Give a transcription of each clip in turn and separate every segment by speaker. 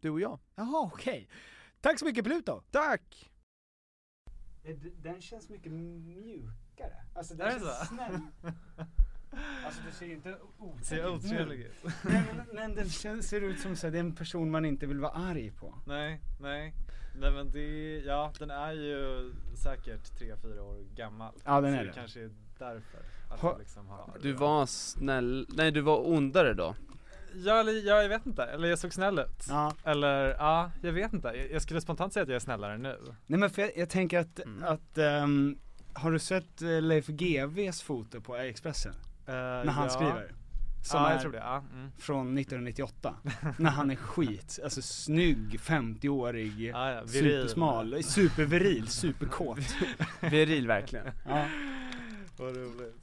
Speaker 1: Du och jag.
Speaker 2: Jaha, okej. Tack så mycket Pluto!
Speaker 1: Tack!
Speaker 3: Eh, Den känns mycket mjukare. Alltså
Speaker 4: Är
Speaker 3: den
Speaker 4: det
Speaker 3: känns
Speaker 4: så?
Speaker 3: snäll. Alltså du ser ju inte
Speaker 4: Ser jag otrevlig
Speaker 3: otrevlig ut.
Speaker 4: ut?
Speaker 3: Nej, men, men den känns, ser ut som så här, det är en person man inte vill vara arg på.
Speaker 4: Nej, nej. Nej men det, ja den är ju säkert 3-4 år gammal.
Speaker 2: Ja, den
Speaker 4: så
Speaker 2: är det.
Speaker 4: kanske är därför att
Speaker 2: Ha-
Speaker 4: jag liksom har...
Speaker 5: Du var snäll, nej du var ondare då?
Speaker 4: Ja, eller, ja, jag vet inte. Eller jag såg snäll ut.
Speaker 2: Ja.
Speaker 4: Eller, ja, jag vet inte. Jag, jag skulle spontant säga att jag är snällare nu.
Speaker 3: Nej men för jag, jag tänker att,
Speaker 4: Mm.
Speaker 3: att ehm, har du sett eh, Leif GWs foto på Expressen? När han skriver? Som
Speaker 4: Eh, ja,
Speaker 3: är
Speaker 4: jag tror det. Ja, mm.
Speaker 3: från 1998, när han är skit, alltså snygg 50-årig,
Speaker 4: Ja, ja, viril.
Speaker 3: supersmal, superviril, superkåt.
Speaker 5: Viril verkligen.
Speaker 3: Ja,
Speaker 4: Vad roligt.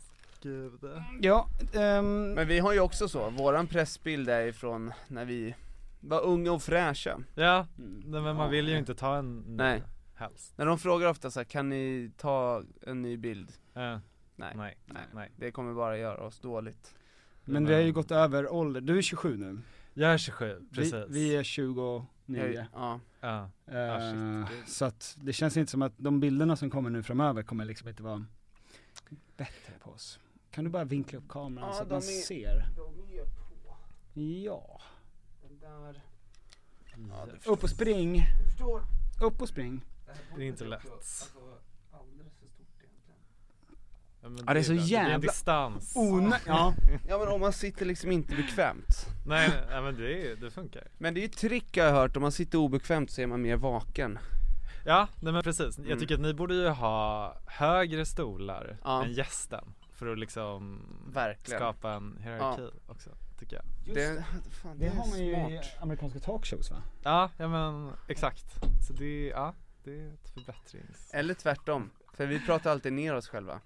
Speaker 4: Gud.
Speaker 3: ja ehm,
Speaker 5: Men vi har ju också så, våran pressbild är ifrån när vi var unga och fräscha.
Speaker 4: Ja, nej, men man vill ju inte ta en ny
Speaker 5: Nej.
Speaker 4: helst.
Speaker 5: När de frågar ofta så här, kan ni ta en ny bild?
Speaker 4: Eh,
Speaker 5: Nej.
Speaker 4: nej, nej, nej.
Speaker 5: Det kommer bara göra oss dåligt.
Speaker 3: men vi har ju gått över ålder, du är 27 nu,
Speaker 4: Jag är 27, precis.
Speaker 3: vi, vi är 29.
Speaker 5: Jag- Ja.
Speaker 4: Ja. Ah, shit,
Speaker 3: Eh,
Speaker 4: gud.
Speaker 3: så att det känns inte som att de bilderna som kommer nu framöver kommer liksom inte vara bättre på oss. Kan du bara vinkla upp kameran
Speaker 5: Ja,
Speaker 3: så att
Speaker 5: de
Speaker 3: man
Speaker 5: är-
Speaker 3: ser?
Speaker 5: De är på
Speaker 3: Ja.
Speaker 5: den där.
Speaker 3: Upp och spring. Upp och spring.
Speaker 4: Det är inte lätt. Ja, men
Speaker 3: det är så
Speaker 4: ju- Det är en
Speaker 3: jävla-
Speaker 4: distans.
Speaker 3: Ona- ja.
Speaker 5: Ja men om man sitter liksom inte bekvämt.
Speaker 4: Nej, nej, nej men det, är, det funkar.
Speaker 5: Men det är ju ett trick jag har hört, om man sitter obekvämt så är man mer vaken.
Speaker 4: Ja, nej men precis. Jag
Speaker 5: Mm.
Speaker 4: tycker att ni borde ju ha högre stolar
Speaker 5: Ja.
Speaker 4: än gästen. För att liksom
Speaker 5: Verkligen.
Speaker 4: skapa en hierarki också, tycker jag.
Speaker 5: Det, fan, det,
Speaker 3: Det
Speaker 5: är
Speaker 3: har man ju i
Speaker 5: smart.
Speaker 3: amerikanska talkshows va?
Speaker 4: Ja, ja men exakt. Så det, ja, det är ett förbättrings...
Speaker 5: Eller tvärtom, för vi pratar alltid ner oss själva.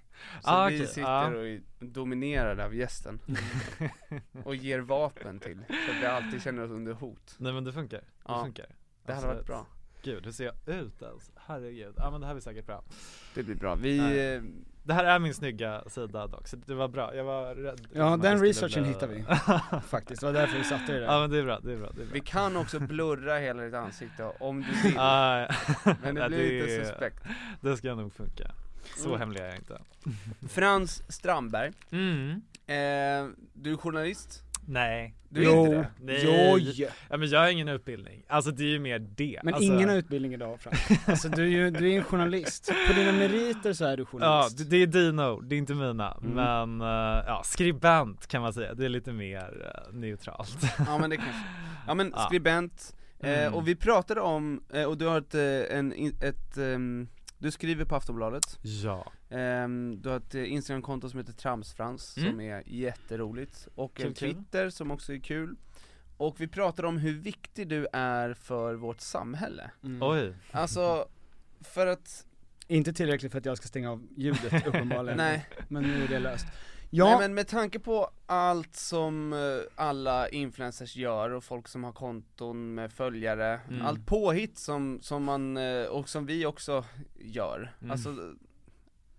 Speaker 5: Så
Speaker 4: Ah,
Speaker 5: vi
Speaker 4: okej,
Speaker 5: sitter
Speaker 4: ja.
Speaker 5: och är dominerade av gästen. och ger vapen till, så att vi alltid känner oss under hot.
Speaker 4: Nej men det funkar. Det
Speaker 5: Ja.
Speaker 4: funkar.
Speaker 5: Det hade varit
Speaker 4: Absolut.
Speaker 5: bra.
Speaker 4: Gud, hur ser jag ut ens? Herregud. Ja men det här blir säkert bra.
Speaker 5: Det blir bra. Vi...
Speaker 4: Nej.
Speaker 5: eh,
Speaker 4: Det här är min snygga sida dock, så det var bra. Jag var rädd.
Speaker 2: Ja,
Speaker 4: liksom,
Speaker 2: den
Speaker 4: att det
Speaker 2: researchen
Speaker 4: skulle bli-
Speaker 2: hittar Faktiskt, det var därför vi satte det där.
Speaker 4: ja men det är bra, det är bra, det är bra.
Speaker 5: Vi kan också blurra hela ditt ansikte om du vill,
Speaker 4: Ah,
Speaker 5: men det
Speaker 4: ja,
Speaker 5: blir lite
Speaker 4: är-
Speaker 5: suspekt.
Speaker 4: Det ska nog funka. Så
Speaker 5: Mm.
Speaker 4: hemlig är jag inte.
Speaker 5: Frans Strandberg,
Speaker 4: Mm.
Speaker 5: eh, du är journalist?
Speaker 4: Nej.
Speaker 5: Du är
Speaker 2: Jo.
Speaker 5: inte det?
Speaker 4: Nej.
Speaker 2: Joj!
Speaker 4: Ja, men jag har ingen utbildning. Alltså det är ju mer det.
Speaker 2: Men
Speaker 4: alltså,
Speaker 2: ingen har utbildning idag Frank. Alltså du är ju, du är en journalist. På dina meriter så är du
Speaker 4: Ja,
Speaker 2: journalist.
Speaker 4: det, det är dina ord, det är inte mina.
Speaker 2: Mm.
Speaker 4: Men eh, ja, skribent kan man säga, det är lite mer eh, neutralt.
Speaker 5: Ja men det kanske, ja men
Speaker 4: Ja.
Speaker 5: skribent, eh,
Speaker 4: Mm.
Speaker 5: och vi pratade om, eh, och du har ett, eh, en, in- ett ehm, du skriver på Aftonbladet,
Speaker 4: Ja.
Speaker 5: ehm, du har ett eh, instagramkonto som heter Tramsfrans,
Speaker 4: Mm.
Speaker 5: som är jätteroligt, och
Speaker 4: Kul,
Speaker 5: en
Speaker 4: kul.
Speaker 5: twitter som också är kul och vi pratade om hur viktig du är för vårt samhälle,
Speaker 2: Mm.
Speaker 4: Oj.
Speaker 5: alltså, för att,
Speaker 2: Inte tillräckligt för att jag ska stänga av ljudet uppenbarligen.
Speaker 5: nej
Speaker 2: Men nu är det löst. Ja,
Speaker 5: Nej men med tanke på allt som eh, alla influencers gör och folk som har konton med följare,
Speaker 4: Mm.
Speaker 5: allt påhitt som, som man, eh, och som vi också gör,
Speaker 4: Mm.
Speaker 5: alltså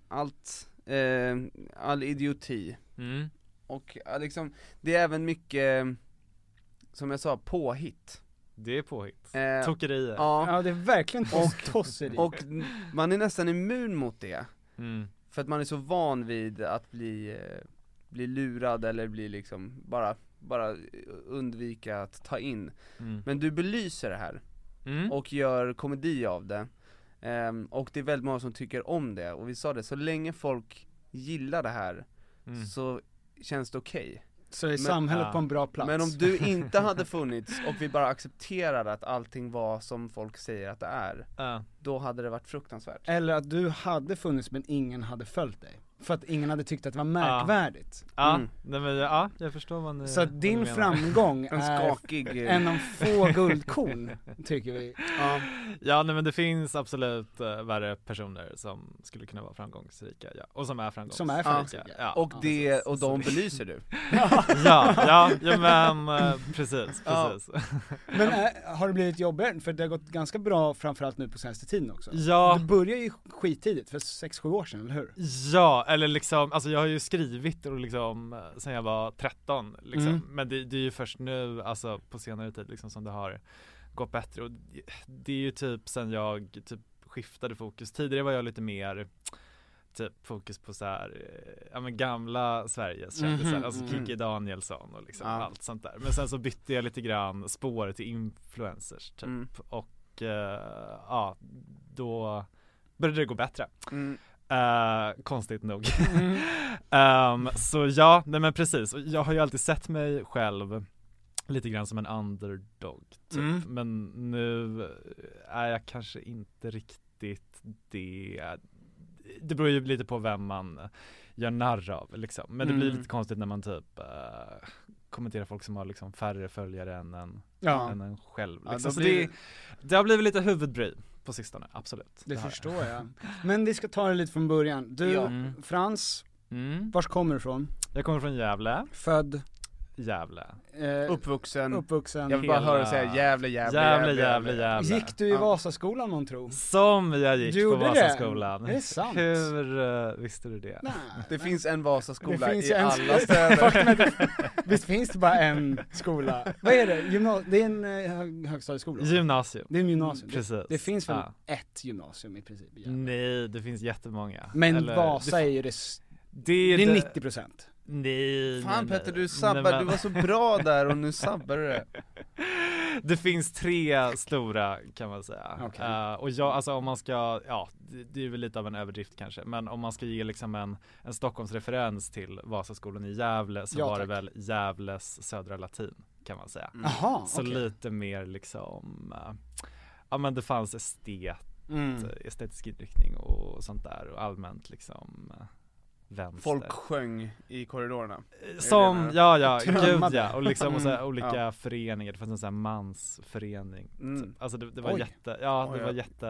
Speaker 5: allt, eh, all idioti
Speaker 4: Mm.
Speaker 5: och eh, liksom, det är även mycket, eh, som jag sa, påhitt
Speaker 4: Det är påhitt.
Speaker 5: eh,
Speaker 4: Tokerier.
Speaker 5: Ja,
Speaker 2: ja det är verkligen
Speaker 5: Och-
Speaker 2: tosseri.
Speaker 5: och man är nästan immun mot det,
Speaker 4: Mm.
Speaker 5: för att man är så van vid att bli, eh, bli lurad eller bli liksom, bara, bara undvika att ta in.
Speaker 4: Mm.
Speaker 5: Men du belyser det här
Speaker 4: Mm.
Speaker 5: och gör komedi av det. Ehm, och det är väldigt många som tycker om det, och vi sa det, så länge folk gillar det här
Speaker 4: Mm.
Speaker 5: så känns det okej.
Speaker 2: så är
Speaker 5: men-
Speaker 2: samhället
Speaker 4: ja.
Speaker 2: på en bra plats.
Speaker 5: Men om du inte hade funnits och vi bara accepterade att allting var som folk säger att det är,
Speaker 4: Ja.
Speaker 5: då hade det varit fruktansvärt.
Speaker 2: Eller att du hade funnits men ingen hade följt dig. För att ingen hade tyckt att det var märkvärdigt.
Speaker 4: Ja,
Speaker 5: Mm.
Speaker 4: nej men ja, jag förstår vad ni,
Speaker 2: Så
Speaker 4: vad
Speaker 2: att
Speaker 4: ni
Speaker 2: din
Speaker 4: menar.
Speaker 2: framgång
Speaker 5: En
Speaker 2: är
Speaker 5: skakig... eh,
Speaker 2: en av få guldkorn, tycker vi.
Speaker 5: ja.
Speaker 4: Ja nej men det finns absolut uh, värre personer som skulle kunna vara framgångsrika, ja. och som är framgångsrika.
Speaker 2: Som är framgångsrika.
Speaker 4: Ja,
Speaker 5: Och
Speaker 2: Ja, alltså,
Speaker 5: det,
Speaker 2: precis.
Speaker 5: och de belyser du.
Speaker 4: ja, ja, ja men eh, precis,
Speaker 5: Ja.
Speaker 4: precis.
Speaker 2: Men äh, har det blivit jobbigare? För det har gått ganska bra framförallt nu på senaste tiden också.
Speaker 4: Ja,
Speaker 2: Det började ju skittidigt, för 6-7 år sedan, eller hur?
Speaker 4: Ja, eller liksom, alltså jag har ju skrivit och liksom eh, sen jag var 13 liksom.
Speaker 2: Mm.
Speaker 4: Men det, det är ju först nu, alltså på senare tid liksom som det har gått bättre och det är ju typ sen jag typ skiftade fokus. Tidigare var jag lite mer typ fokus på så här, eh, ja men gamla Sveriges kändisar,
Speaker 2: Mhm,
Speaker 4: alltså
Speaker 2: mhm.
Speaker 4: Kikki Danielsson och liksom
Speaker 5: Ja.
Speaker 4: allt sånt där. Men sen så bytte jag lite grann spår till influencers typ
Speaker 5: Mm.
Speaker 4: och eh, ja, då började det gå bättre.
Speaker 5: Mm.
Speaker 4: Eh, konstigt nog. Ehm, så ja, nej men precis. Och Jag har ju alltid sett mig själv lite grann som en underdog typ.
Speaker 5: Mm.
Speaker 4: Men nu eh, är jag kanske inte riktigt det. Det beror ju lite på vem man gör narr av liksom. Men det blir
Speaker 5: Mm.
Speaker 4: lite konstigt när man typ eh, kommenterar folk som har liksom färre följare än en,
Speaker 2: Ja,
Speaker 4: än en själv. Liksom.
Speaker 5: Ja, då
Speaker 4: så
Speaker 5: blir
Speaker 4: det, det har blivit lite huvudbry på sistone, absolut.
Speaker 2: det
Speaker 4: har jag.
Speaker 2: förstår jag. Men vi ska ta det lite från början. Du,
Speaker 5: Ja.
Speaker 4: Mm.
Speaker 2: Frans,
Speaker 4: Mm.
Speaker 2: vars kommer du ifrån?
Speaker 4: Jag kommer från Gävle,
Speaker 2: Född,
Speaker 4: Gävle
Speaker 2: eh,
Speaker 5: Uppvuxen,
Speaker 2: uppvuxen.
Speaker 5: jag vill bara
Speaker 4: Hela-
Speaker 5: höra dig säga jävla jävla
Speaker 4: Jävla jävla jävla
Speaker 2: Gick du i
Speaker 5: Ja.
Speaker 2: Vasaskolan någon tro?
Speaker 4: Som jag gick
Speaker 2: Du
Speaker 4: på
Speaker 2: gjorde det?
Speaker 4: Vasaskolan
Speaker 2: Är det sant?
Speaker 4: Hur eh, visste du det?
Speaker 2: Nej.
Speaker 5: Det finns en Vasaskola
Speaker 2: Det finns
Speaker 5: i
Speaker 2: en-
Speaker 5: alla städer.
Speaker 2: Faktum är att- Visst finns det bara en skola? Vad är det? Gymna- det är en eh, hög- högstadieskola? va?
Speaker 4: Gymnasium
Speaker 2: Det är en gymnasium. Det,
Speaker 4: Precis
Speaker 2: det finns väl
Speaker 4: Ja.
Speaker 2: ett gymnasium i princip? i Gävle.
Speaker 4: Nej, det finns jättemånga
Speaker 2: Men
Speaker 4: Eller-
Speaker 2: Vasa
Speaker 4: det,
Speaker 2: är ju det, s-
Speaker 4: det,
Speaker 2: det
Speaker 4: är
Speaker 2: är
Speaker 4: det- Mm.
Speaker 2: 90%
Speaker 4: Nej,
Speaker 5: Fan
Speaker 4: nej,
Speaker 5: Petter
Speaker 4: nej.
Speaker 5: du sabbar,
Speaker 4: Nej, men-
Speaker 5: du var så bra där och nu sabbar du det.
Speaker 4: Det finns tre stora kan man säga.
Speaker 2: Okej.
Speaker 4: Eh, och jag, alltså om man ska, ja det, det är väl lite av en överdrift kanske, men om man ska ge liksom en, en Stockholmsreferens till Vasaskolan i Gävle så
Speaker 2: Ja,
Speaker 4: var det
Speaker 2: tack.
Speaker 4: väl Gävles södra latin kan man säga.
Speaker 2: Jaha,
Speaker 4: Så
Speaker 2: okej.
Speaker 4: lite mer liksom, eh, ja men det fanns estet,
Speaker 2: Mm.
Speaker 4: estetisk inriktning och sånt där och allmänt liksom eh, vänster. Eh,
Speaker 5: Folk sjöng i korridorerna.
Speaker 4: Som, ja ja, gud
Speaker 2: Trummade.
Speaker 4: ja, och liksom och så här,
Speaker 5: Mm,
Speaker 4: olika
Speaker 5: ja.
Speaker 4: föreningar, det fanns en sån här mansförening
Speaker 5: Mm.
Speaker 4: Typ. Alltså det, det var
Speaker 2: Oj.
Speaker 4: jätte, ja
Speaker 5: Oj,
Speaker 4: det var
Speaker 5: ja.
Speaker 4: jätte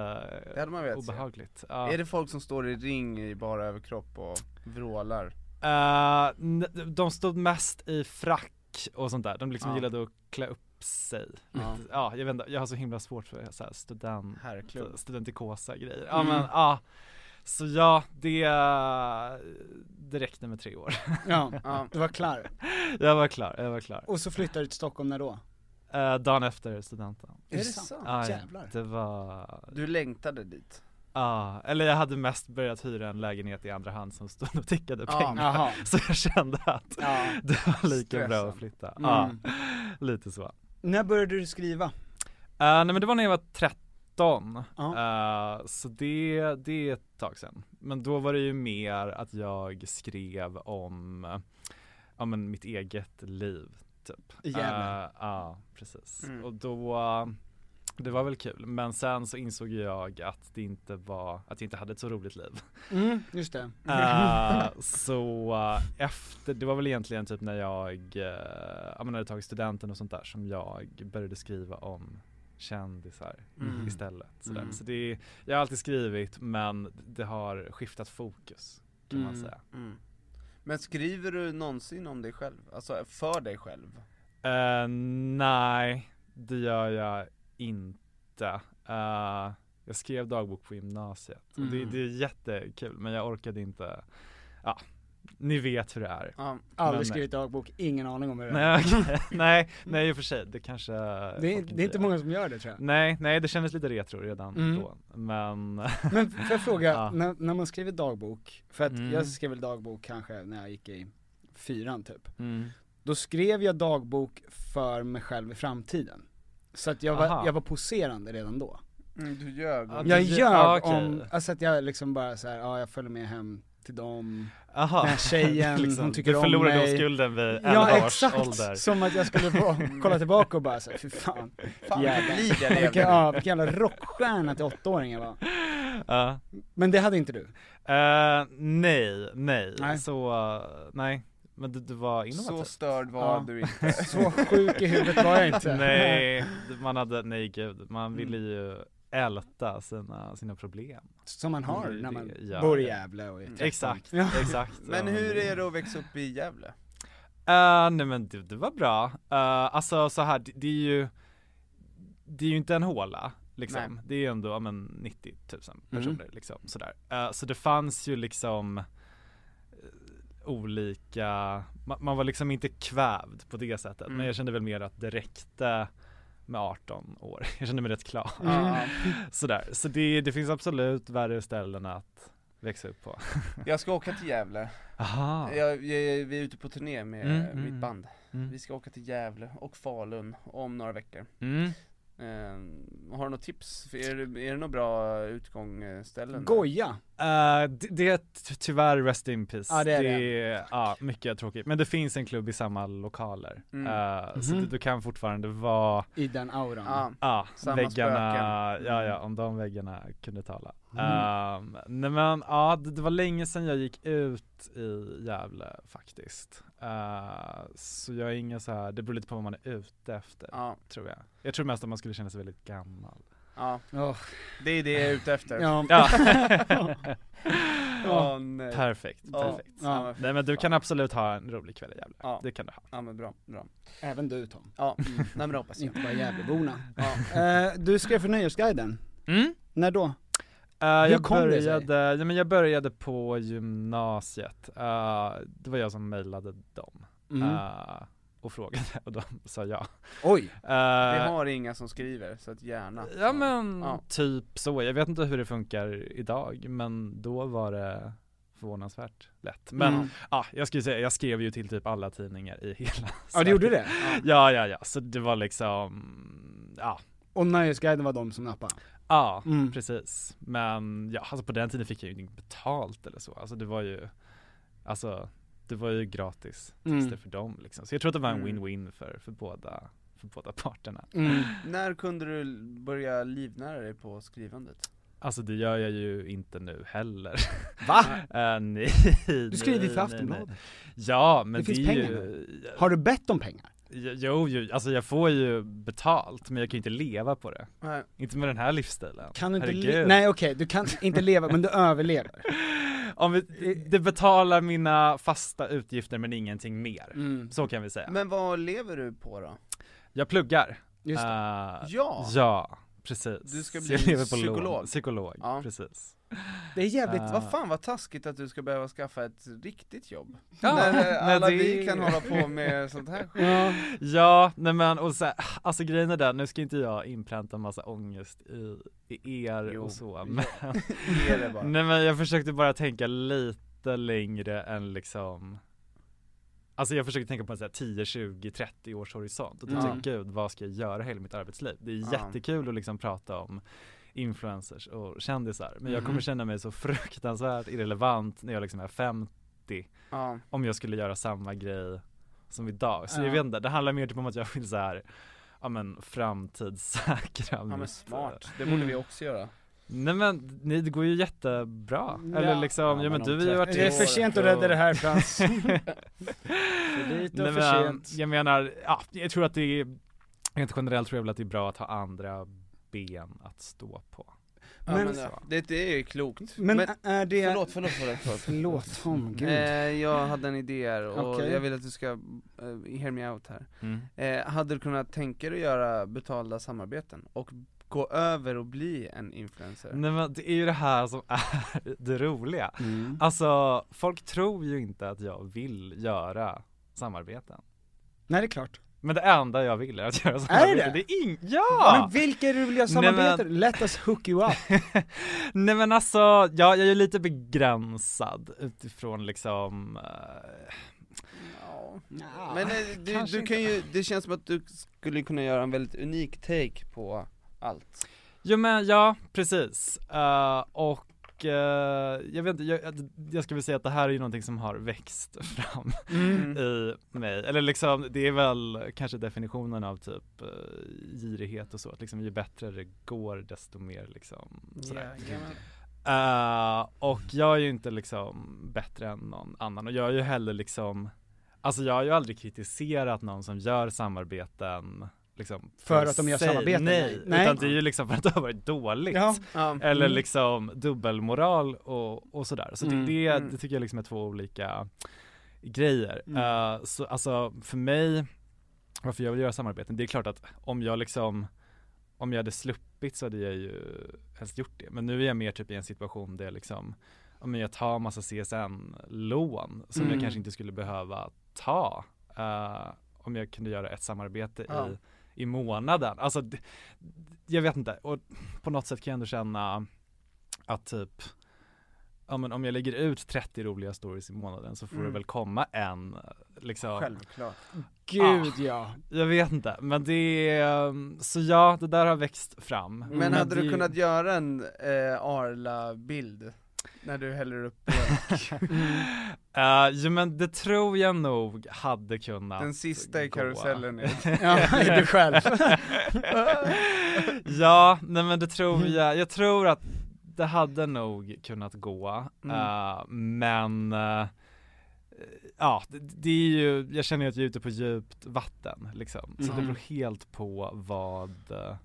Speaker 5: Det hade man velat se.
Speaker 4: obehagligt. Ja.
Speaker 5: Är det folk som står i ring i bara överkropp och vrålar?
Speaker 4: Eh, n- de stod mest i frack och sånt där, de liksom
Speaker 5: Ja.
Speaker 4: gillade att klä upp upp sig. Ja. ja, jag vet inte, jag har så himla svårt för så här student,
Speaker 2: Herrklubb.
Speaker 4: studentikosa grejer. Ja
Speaker 5: Mm.
Speaker 4: men ja, så ja, det, det räckte med tre år.
Speaker 2: Ja,
Speaker 5: Ja.
Speaker 2: du var klar.
Speaker 4: Jag var klar, jag var klar.
Speaker 2: Och så flyttade du till Stockholm när då?
Speaker 4: Eh, dagen efter studenten.
Speaker 2: Är det
Speaker 5: sant?
Speaker 2: sant?
Speaker 4: Ja, ja.
Speaker 2: Jävlar.
Speaker 4: det var,
Speaker 5: Du längtade dit?
Speaker 4: Ja, eller jag hade mest börjat hyra en lägenhet i andra hand som stod och tickade
Speaker 5: Ja,
Speaker 4: pengar.
Speaker 2: Jaha.
Speaker 4: Så jag kände att
Speaker 2: Ja.
Speaker 4: det var lika bra
Speaker 5: Stressen.
Speaker 4: att flytta.
Speaker 2: Mm.
Speaker 4: Ja, lite så.
Speaker 2: När började du skriva?
Speaker 4: Eh, nej men det var när jag var 13,
Speaker 2: Ja.
Speaker 4: Eh, så det, det är ett tag sedan. Men då var det ju mer att jag skrev om eh, ja, men mitt eget liv typ.
Speaker 2: Jävlar.
Speaker 4: Eh, Ja, precis.
Speaker 5: Mm.
Speaker 4: Och då, det var väl kul. Men sen så insåg jag att det inte var, att jag inte hade ett så roligt liv.
Speaker 2: Mm, just det.
Speaker 4: Eh, så eh, efter, det var väl egentligen typ när jag, uh, jag menar, hade tagit studenten och sånt där som jag började skriva om kändisar
Speaker 5: Mm.
Speaker 4: istället. Sådär.
Speaker 5: Mm.
Speaker 4: Så det, jag har alltid skrivit men det har skiftat fokus kan man
Speaker 2: Mm.
Speaker 4: säga.
Speaker 5: Mm. Men skriver du någonsin om dig själv? Alltså för dig själv?
Speaker 4: Eh, nej, det gör jag inte. Eh, jag skrev dagbok på gymnasiet och det,
Speaker 2: Mm.
Speaker 4: det är jättekul men jag orkade inte, ja, ni vet hur det är.
Speaker 5: Ja.
Speaker 2: Aldrig
Speaker 4: Men-
Speaker 2: skrivit dagbok, ingen aning om hur det är.
Speaker 4: Nej, okej. nej, nej i och för sig, det kanske
Speaker 2: Det är,
Speaker 4: folk
Speaker 2: det är inte
Speaker 4: gör.
Speaker 2: många som gör det tror jag.
Speaker 4: Nej, nej det kändes lite retro redan
Speaker 2: Mm.
Speaker 4: då, men
Speaker 2: Men får jag fråga,
Speaker 4: Ja.
Speaker 2: när, när man skriver dagbok, för att
Speaker 4: Mm.
Speaker 2: jag skrev väl dagbok kanske när jag gick i fyran typ. Då skrev jag dagbok för mig själv i framtiden. Så att jag var,
Speaker 4: Aha.
Speaker 2: jag var poserande redan då.
Speaker 5: Mm, du ljög.
Speaker 4: Ja,
Speaker 2: Jag
Speaker 4: det-
Speaker 2: ljög
Speaker 4: ja, okej.
Speaker 2: om, alltså att jag liksom bara så här, ja jag följer med hem till dem,
Speaker 4: Aha. Liksom,
Speaker 2: den här tjejen, hon tycker
Speaker 4: du
Speaker 2: om mig
Speaker 4: förlorade då skulden vid 11
Speaker 2: Ja
Speaker 4: års
Speaker 2: exakt,
Speaker 4: ålder.
Speaker 2: som att jag skulle få kolla tillbaka och bara såhär, fy fan,
Speaker 5: Fan
Speaker 2: jävlar.
Speaker 5: vilket liv jag levde.
Speaker 2: vilken, ja, vilken jävla rockstjärna till åttaåring jag var.
Speaker 4: Ja.
Speaker 2: Men det hade inte du?
Speaker 4: Eh, nej, nej,
Speaker 2: Nej.
Speaker 4: så, eh, nej, men det, det var
Speaker 5: Så
Speaker 4: innovativt.
Speaker 5: störd var
Speaker 2: Ja.
Speaker 5: du inte.
Speaker 2: Så sjuk i huvudet var jag inte.
Speaker 4: nej, man hade, nej gud,
Speaker 2: Mm.
Speaker 4: man ville ju älta sina, sina problem.
Speaker 2: Som man har när man
Speaker 4: Ja.
Speaker 2: bor i Gävle och är 13.
Speaker 4: Exakt,
Speaker 2: Ja.
Speaker 4: exakt.
Speaker 5: Men
Speaker 4: Ja,
Speaker 5: hur är det att växa upp i Gävle?
Speaker 4: Eh, nej men det, det var bra. Eh, alltså så här, det, det är ju Det är ju inte en håla liksom. Det är ju ändå, ja men 90 000
Speaker 5: Mm.
Speaker 4: personer liksom sådär. Eh, så det fanns ju liksom eh, olika, man, man var liksom inte kvävd på det sättet.
Speaker 5: Mm.
Speaker 4: Men jag kände väl mer att det räckte med 18 år. Jag kände mig rätt klar.
Speaker 5: Ja.
Speaker 4: Sådär. Så det, det finns absolut värre ställen att växa upp på.
Speaker 5: Jag ska åka till Gävle.
Speaker 4: Aha.
Speaker 5: Jag, jag, vi är ute på turné med
Speaker 4: Mm,
Speaker 5: eh,
Speaker 4: mm,
Speaker 5: mitt band.
Speaker 4: mm.
Speaker 5: Vi ska åka till Gävle och Falun om några veckor.
Speaker 4: Mm.
Speaker 5: Ehm, har du något tips? För Är, det- är det några bra utgångsställen? där?
Speaker 2: Goja,
Speaker 4: Eh, det, det är ty- tyvärr rest in peace.
Speaker 2: Ja, det är
Speaker 4: är ja, mycket tråkigt. Men det finns en klubb i samma lokaler.
Speaker 5: Mm.
Speaker 4: Eh, Så
Speaker 2: Mhm.
Speaker 4: du, du kan fortfarande vara,
Speaker 2: i den auran.
Speaker 5: Ja,
Speaker 4: ja,
Speaker 5: Samma
Speaker 4: väggarna,
Speaker 5: spöken.
Speaker 4: ja ja, om de väggarna kunde tala. Ehm, nej men ja, det, det var länge sedan jag gick ut i Gävle faktiskt. Eh, så jag är ingen så här, det beror lite på vad man är ute efter,
Speaker 5: ja,
Speaker 4: tror jag. Jag tror mest att man skulle känna sig väldigt gammal.
Speaker 5: ja.
Speaker 2: Åh,
Speaker 5: Det är det jag är ute efter.
Speaker 2: ja.
Speaker 4: Ja,
Speaker 5: Åh, nej.
Speaker 4: perfekt,
Speaker 5: Ja,
Speaker 4: perfekt.
Speaker 5: ja, men fy
Speaker 4: Nej men du
Speaker 5: fan.
Speaker 4: kan absolut ha en rolig kväll i Gävle,
Speaker 5: Ja.
Speaker 4: det kan du ha.
Speaker 5: Ja men bra, bra.
Speaker 2: Även du Tom, Mm,
Speaker 5: Ja, nej men det hoppas jag.
Speaker 2: inte bara Gävleborna.
Speaker 5: Ja.
Speaker 2: Eh, du skrev för Nöjesguiden,
Speaker 4: Mm.
Speaker 2: när då? Hur
Speaker 4: Eh, jag,
Speaker 2: kom det sig?
Speaker 4: började, ja, men jag började på gymnasiet, Eh, det var jag som mejlade dem
Speaker 2: Mm.
Speaker 4: eh, och frågade och de sa ja.
Speaker 2: Oj,
Speaker 5: Vi
Speaker 4: Eh,
Speaker 5: har inga som skriver, så att gärna.
Speaker 2: alltså.
Speaker 4: ja men
Speaker 5: Ja.
Speaker 4: typ så, jag vet inte hur det funkar idag men då var det förvånansvärt lätt. Men
Speaker 2: Mm.
Speaker 4: ja, jag skulle säga, jag skrev ju till typ alla tidningar i hela
Speaker 2: ja du
Speaker 4: Sverige.
Speaker 2: gjorde det?
Speaker 4: Ja ja ja, så det var liksom, ja
Speaker 2: Och Nöjesguiden var de som nappade?
Speaker 4: Ja,
Speaker 2: Mm.
Speaker 4: precis. Men ja, alltså på den tiden fick jag ju inget betalt eller så. Alltså det var ju, alltså det var ju gratis tills
Speaker 2: Mm.
Speaker 4: det för dem liksom. Så jag tror att det var en
Speaker 5: Mm.
Speaker 4: win-win för, för, båda, för båda parterna.
Speaker 2: Mm.
Speaker 5: När kunde du l- börja livnära dig på skrivandet?
Speaker 4: Alltså det gör jag ju inte nu heller.
Speaker 2: Va?
Speaker 4: Eh, nej.
Speaker 2: Du skriver
Speaker 4: nej,
Speaker 2: för
Speaker 4: nej,
Speaker 2: Aftonbladet?
Speaker 4: nej. Ja, men
Speaker 2: Det
Speaker 4: det,
Speaker 2: finns
Speaker 4: är
Speaker 2: pengar
Speaker 4: ju...
Speaker 2: Har du bett om pengar?
Speaker 4: Jo, Jo, ju, alltså jag får ju betalt men jag kan ju inte leva på det.
Speaker 5: Nej.
Speaker 4: Inte med den här livsstilen.
Speaker 2: Kan du inte le-
Speaker 4: Herregud.
Speaker 2: Nej okej, du kan inte leva men du överlever.
Speaker 4: Om vi, det betalar mina fasta utgifter men ingenting mer.
Speaker 2: Mm.
Speaker 4: Så kan vi säga. Eh.
Speaker 5: Men vad lever du på då?
Speaker 4: Jag pluggar.
Speaker 2: Just det.
Speaker 4: Eh,
Speaker 5: Ja!
Speaker 4: Ja, precis.
Speaker 5: Du ska
Speaker 4: Så
Speaker 5: bli
Speaker 4: jag lever på lån.
Speaker 5: psykolog.
Speaker 4: Psykolog,
Speaker 5: Ja.
Speaker 4: precis.
Speaker 5: Det är jävligt,
Speaker 4: Ah.
Speaker 5: vad fan vad taskigt att du ska behöva skaffa ett riktigt jobb.
Speaker 4: Ja,
Speaker 5: När eh,
Speaker 4: nej,
Speaker 5: alla
Speaker 4: det-
Speaker 5: vi kan hålla på med sånt här skit.
Speaker 4: Ja, nej men och så, alltså grejen är den, nu ska inte jag inpränta massa ångest i, i er
Speaker 5: Jo.
Speaker 4: och så men,
Speaker 5: Ge det bara.
Speaker 4: Nej men jag försökte bara tänka lite längre än liksom Alltså jag försökte tänka på en sån här 10, 20, 30 års horisont och tänkte
Speaker 5: Mm.
Speaker 4: gud vad ska jag göra hela mitt arbetsliv? Det är
Speaker 5: Ja.
Speaker 4: jättekul att liksom prata om influencers och kändisar men jag kommer
Speaker 5: Mhm.
Speaker 4: känna mig så fruktansvärt irrelevant när jag liksom är 50
Speaker 5: Ja.
Speaker 4: om jag skulle göra samma grej som idag. Så
Speaker 2: Ja.
Speaker 4: jag vet inte, det handlar mer typ om att jag vill så här, ja men framtidssäkra
Speaker 5: ja men
Speaker 4: mitt-
Speaker 5: smart, det borde vi också göra.
Speaker 4: Nej men ni, det går ju jättebra.
Speaker 2: Ja.
Speaker 4: Eller liksom,
Speaker 5: Ja,
Speaker 4: ja, men
Speaker 5: men om
Speaker 4: du är ju
Speaker 5: 30
Speaker 4: artist.
Speaker 2: Det är för sent att rädda det här Frans.
Speaker 4: för
Speaker 2: lite och
Speaker 4: Nej,
Speaker 2: för
Speaker 4: men,
Speaker 2: sent.
Speaker 4: Jag menar, ja, jag tror att det är, rent generellt tror jag väl att det är bra att ha andra ben att stå på.
Speaker 5: Ja,
Speaker 2: Men-
Speaker 5: men, det, det är klokt.
Speaker 2: Men, eh,
Speaker 5: Men,
Speaker 2: är det...
Speaker 5: förlåt, förlåt, förlåt. förlåt.
Speaker 2: Förlåt, om gud.
Speaker 5: Eh, jag hade en idé här och
Speaker 2: Okej.
Speaker 5: jag vill att du ska eh, hear me out här. Eh, hade du kunnat tänka dig att göra betalda samarbeten och gå över och bli en influencer?
Speaker 4: Nej men det är ju det här som är det roliga.
Speaker 5: Mm.
Speaker 4: Alltså, folk tror ju inte att jag vill göra samarbeten.
Speaker 2: Nej det är klart.
Speaker 4: Men det enda jag vill är att göra samarbeten.
Speaker 2: det?
Speaker 4: det är ing- ja!
Speaker 2: Men vilka är det du vill göra
Speaker 4: Nej, men-
Speaker 2: samarbete med? Let us hook you up.
Speaker 4: Nej men alltså, ja, jag är ju lite begränsad utifrån liksom eh,
Speaker 5: Ja.
Speaker 2: Nja.
Speaker 5: Men eh, du,
Speaker 4: kanske
Speaker 5: du kan ju, det känns som att du skulle kunna göra en väldigt unik take på allt.
Speaker 4: Jo men ja, precis. Eh, och eh, jag vet inte, jag, jag ska väl säga att det här är ju någonting som har växt fram
Speaker 5: Mm.
Speaker 4: i mig. Eller liksom, det är väl kanske definitionen av typ uh, girighet och så, att liksom ju bättre det går desto mer liksom sådär. Eh, och jag är ju inte liksom bättre än någon annan och jag är ju heller liksom Alltså jag har ju aldrig kritiserat någon som gör samarbeten liksom
Speaker 2: För att de gör
Speaker 4: sig.
Speaker 2: samarbeten,
Speaker 4: Nej,
Speaker 2: nej.
Speaker 4: utan det är ju liksom för att det har varit dåligt
Speaker 2: Ja.
Speaker 5: Ja.
Speaker 4: Eller
Speaker 5: Mm.
Speaker 4: liksom dubbelmoral och, och sådär Så
Speaker 5: Mm,
Speaker 4: det, det,
Speaker 5: mm.
Speaker 4: det tycker jag liksom är två olika grejer
Speaker 2: Mm.
Speaker 4: Eh, Så alltså för mig Varför jag vill göra samarbeten, det är klart att om jag liksom Om jag hade sluppit så hade jag ju helst gjort det Men nu är jag mer typ i en situation där jag liksom Om jag tar massa CSN-lån som
Speaker 5: Mm.
Speaker 4: jag kanske inte skulle behöva ta eh, Om jag kunde göra ett samarbete
Speaker 5: Ja.
Speaker 4: i, i månaden Alltså det, jag vet inte, och på något sätt kan jag ändå känna att typ Ja men om jag lägger ut 30 roliga stories i månaden så får det
Speaker 5: Mm.
Speaker 4: väl komma en liksom
Speaker 5: Självklart.
Speaker 2: Gud ja.
Speaker 4: Jag vet inte, men det är, um, så ja det där har växt fram
Speaker 5: Men hade
Speaker 4: det-
Speaker 5: du kunnat göra en eh, Arla-bild? När du häller upp eh,
Speaker 4: Eh, Jo men det tror jag nog hade kunnat
Speaker 5: den sista i
Speaker 4: gå.
Speaker 5: karusellen är
Speaker 2: ja du själv.
Speaker 4: ja, nej men det tror
Speaker 5: Mm.
Speaker 4: jag, jag tror att det hade nog kunnat gå,
Speaker 5: Mm.
Speaker 4: Eh, men eh, ja, det, det är ju, jag känner ju att jag är ute på djupt vatten liksom, så det
Speaker 5: Mm.
Speaker 4: beror helt på vad, eh,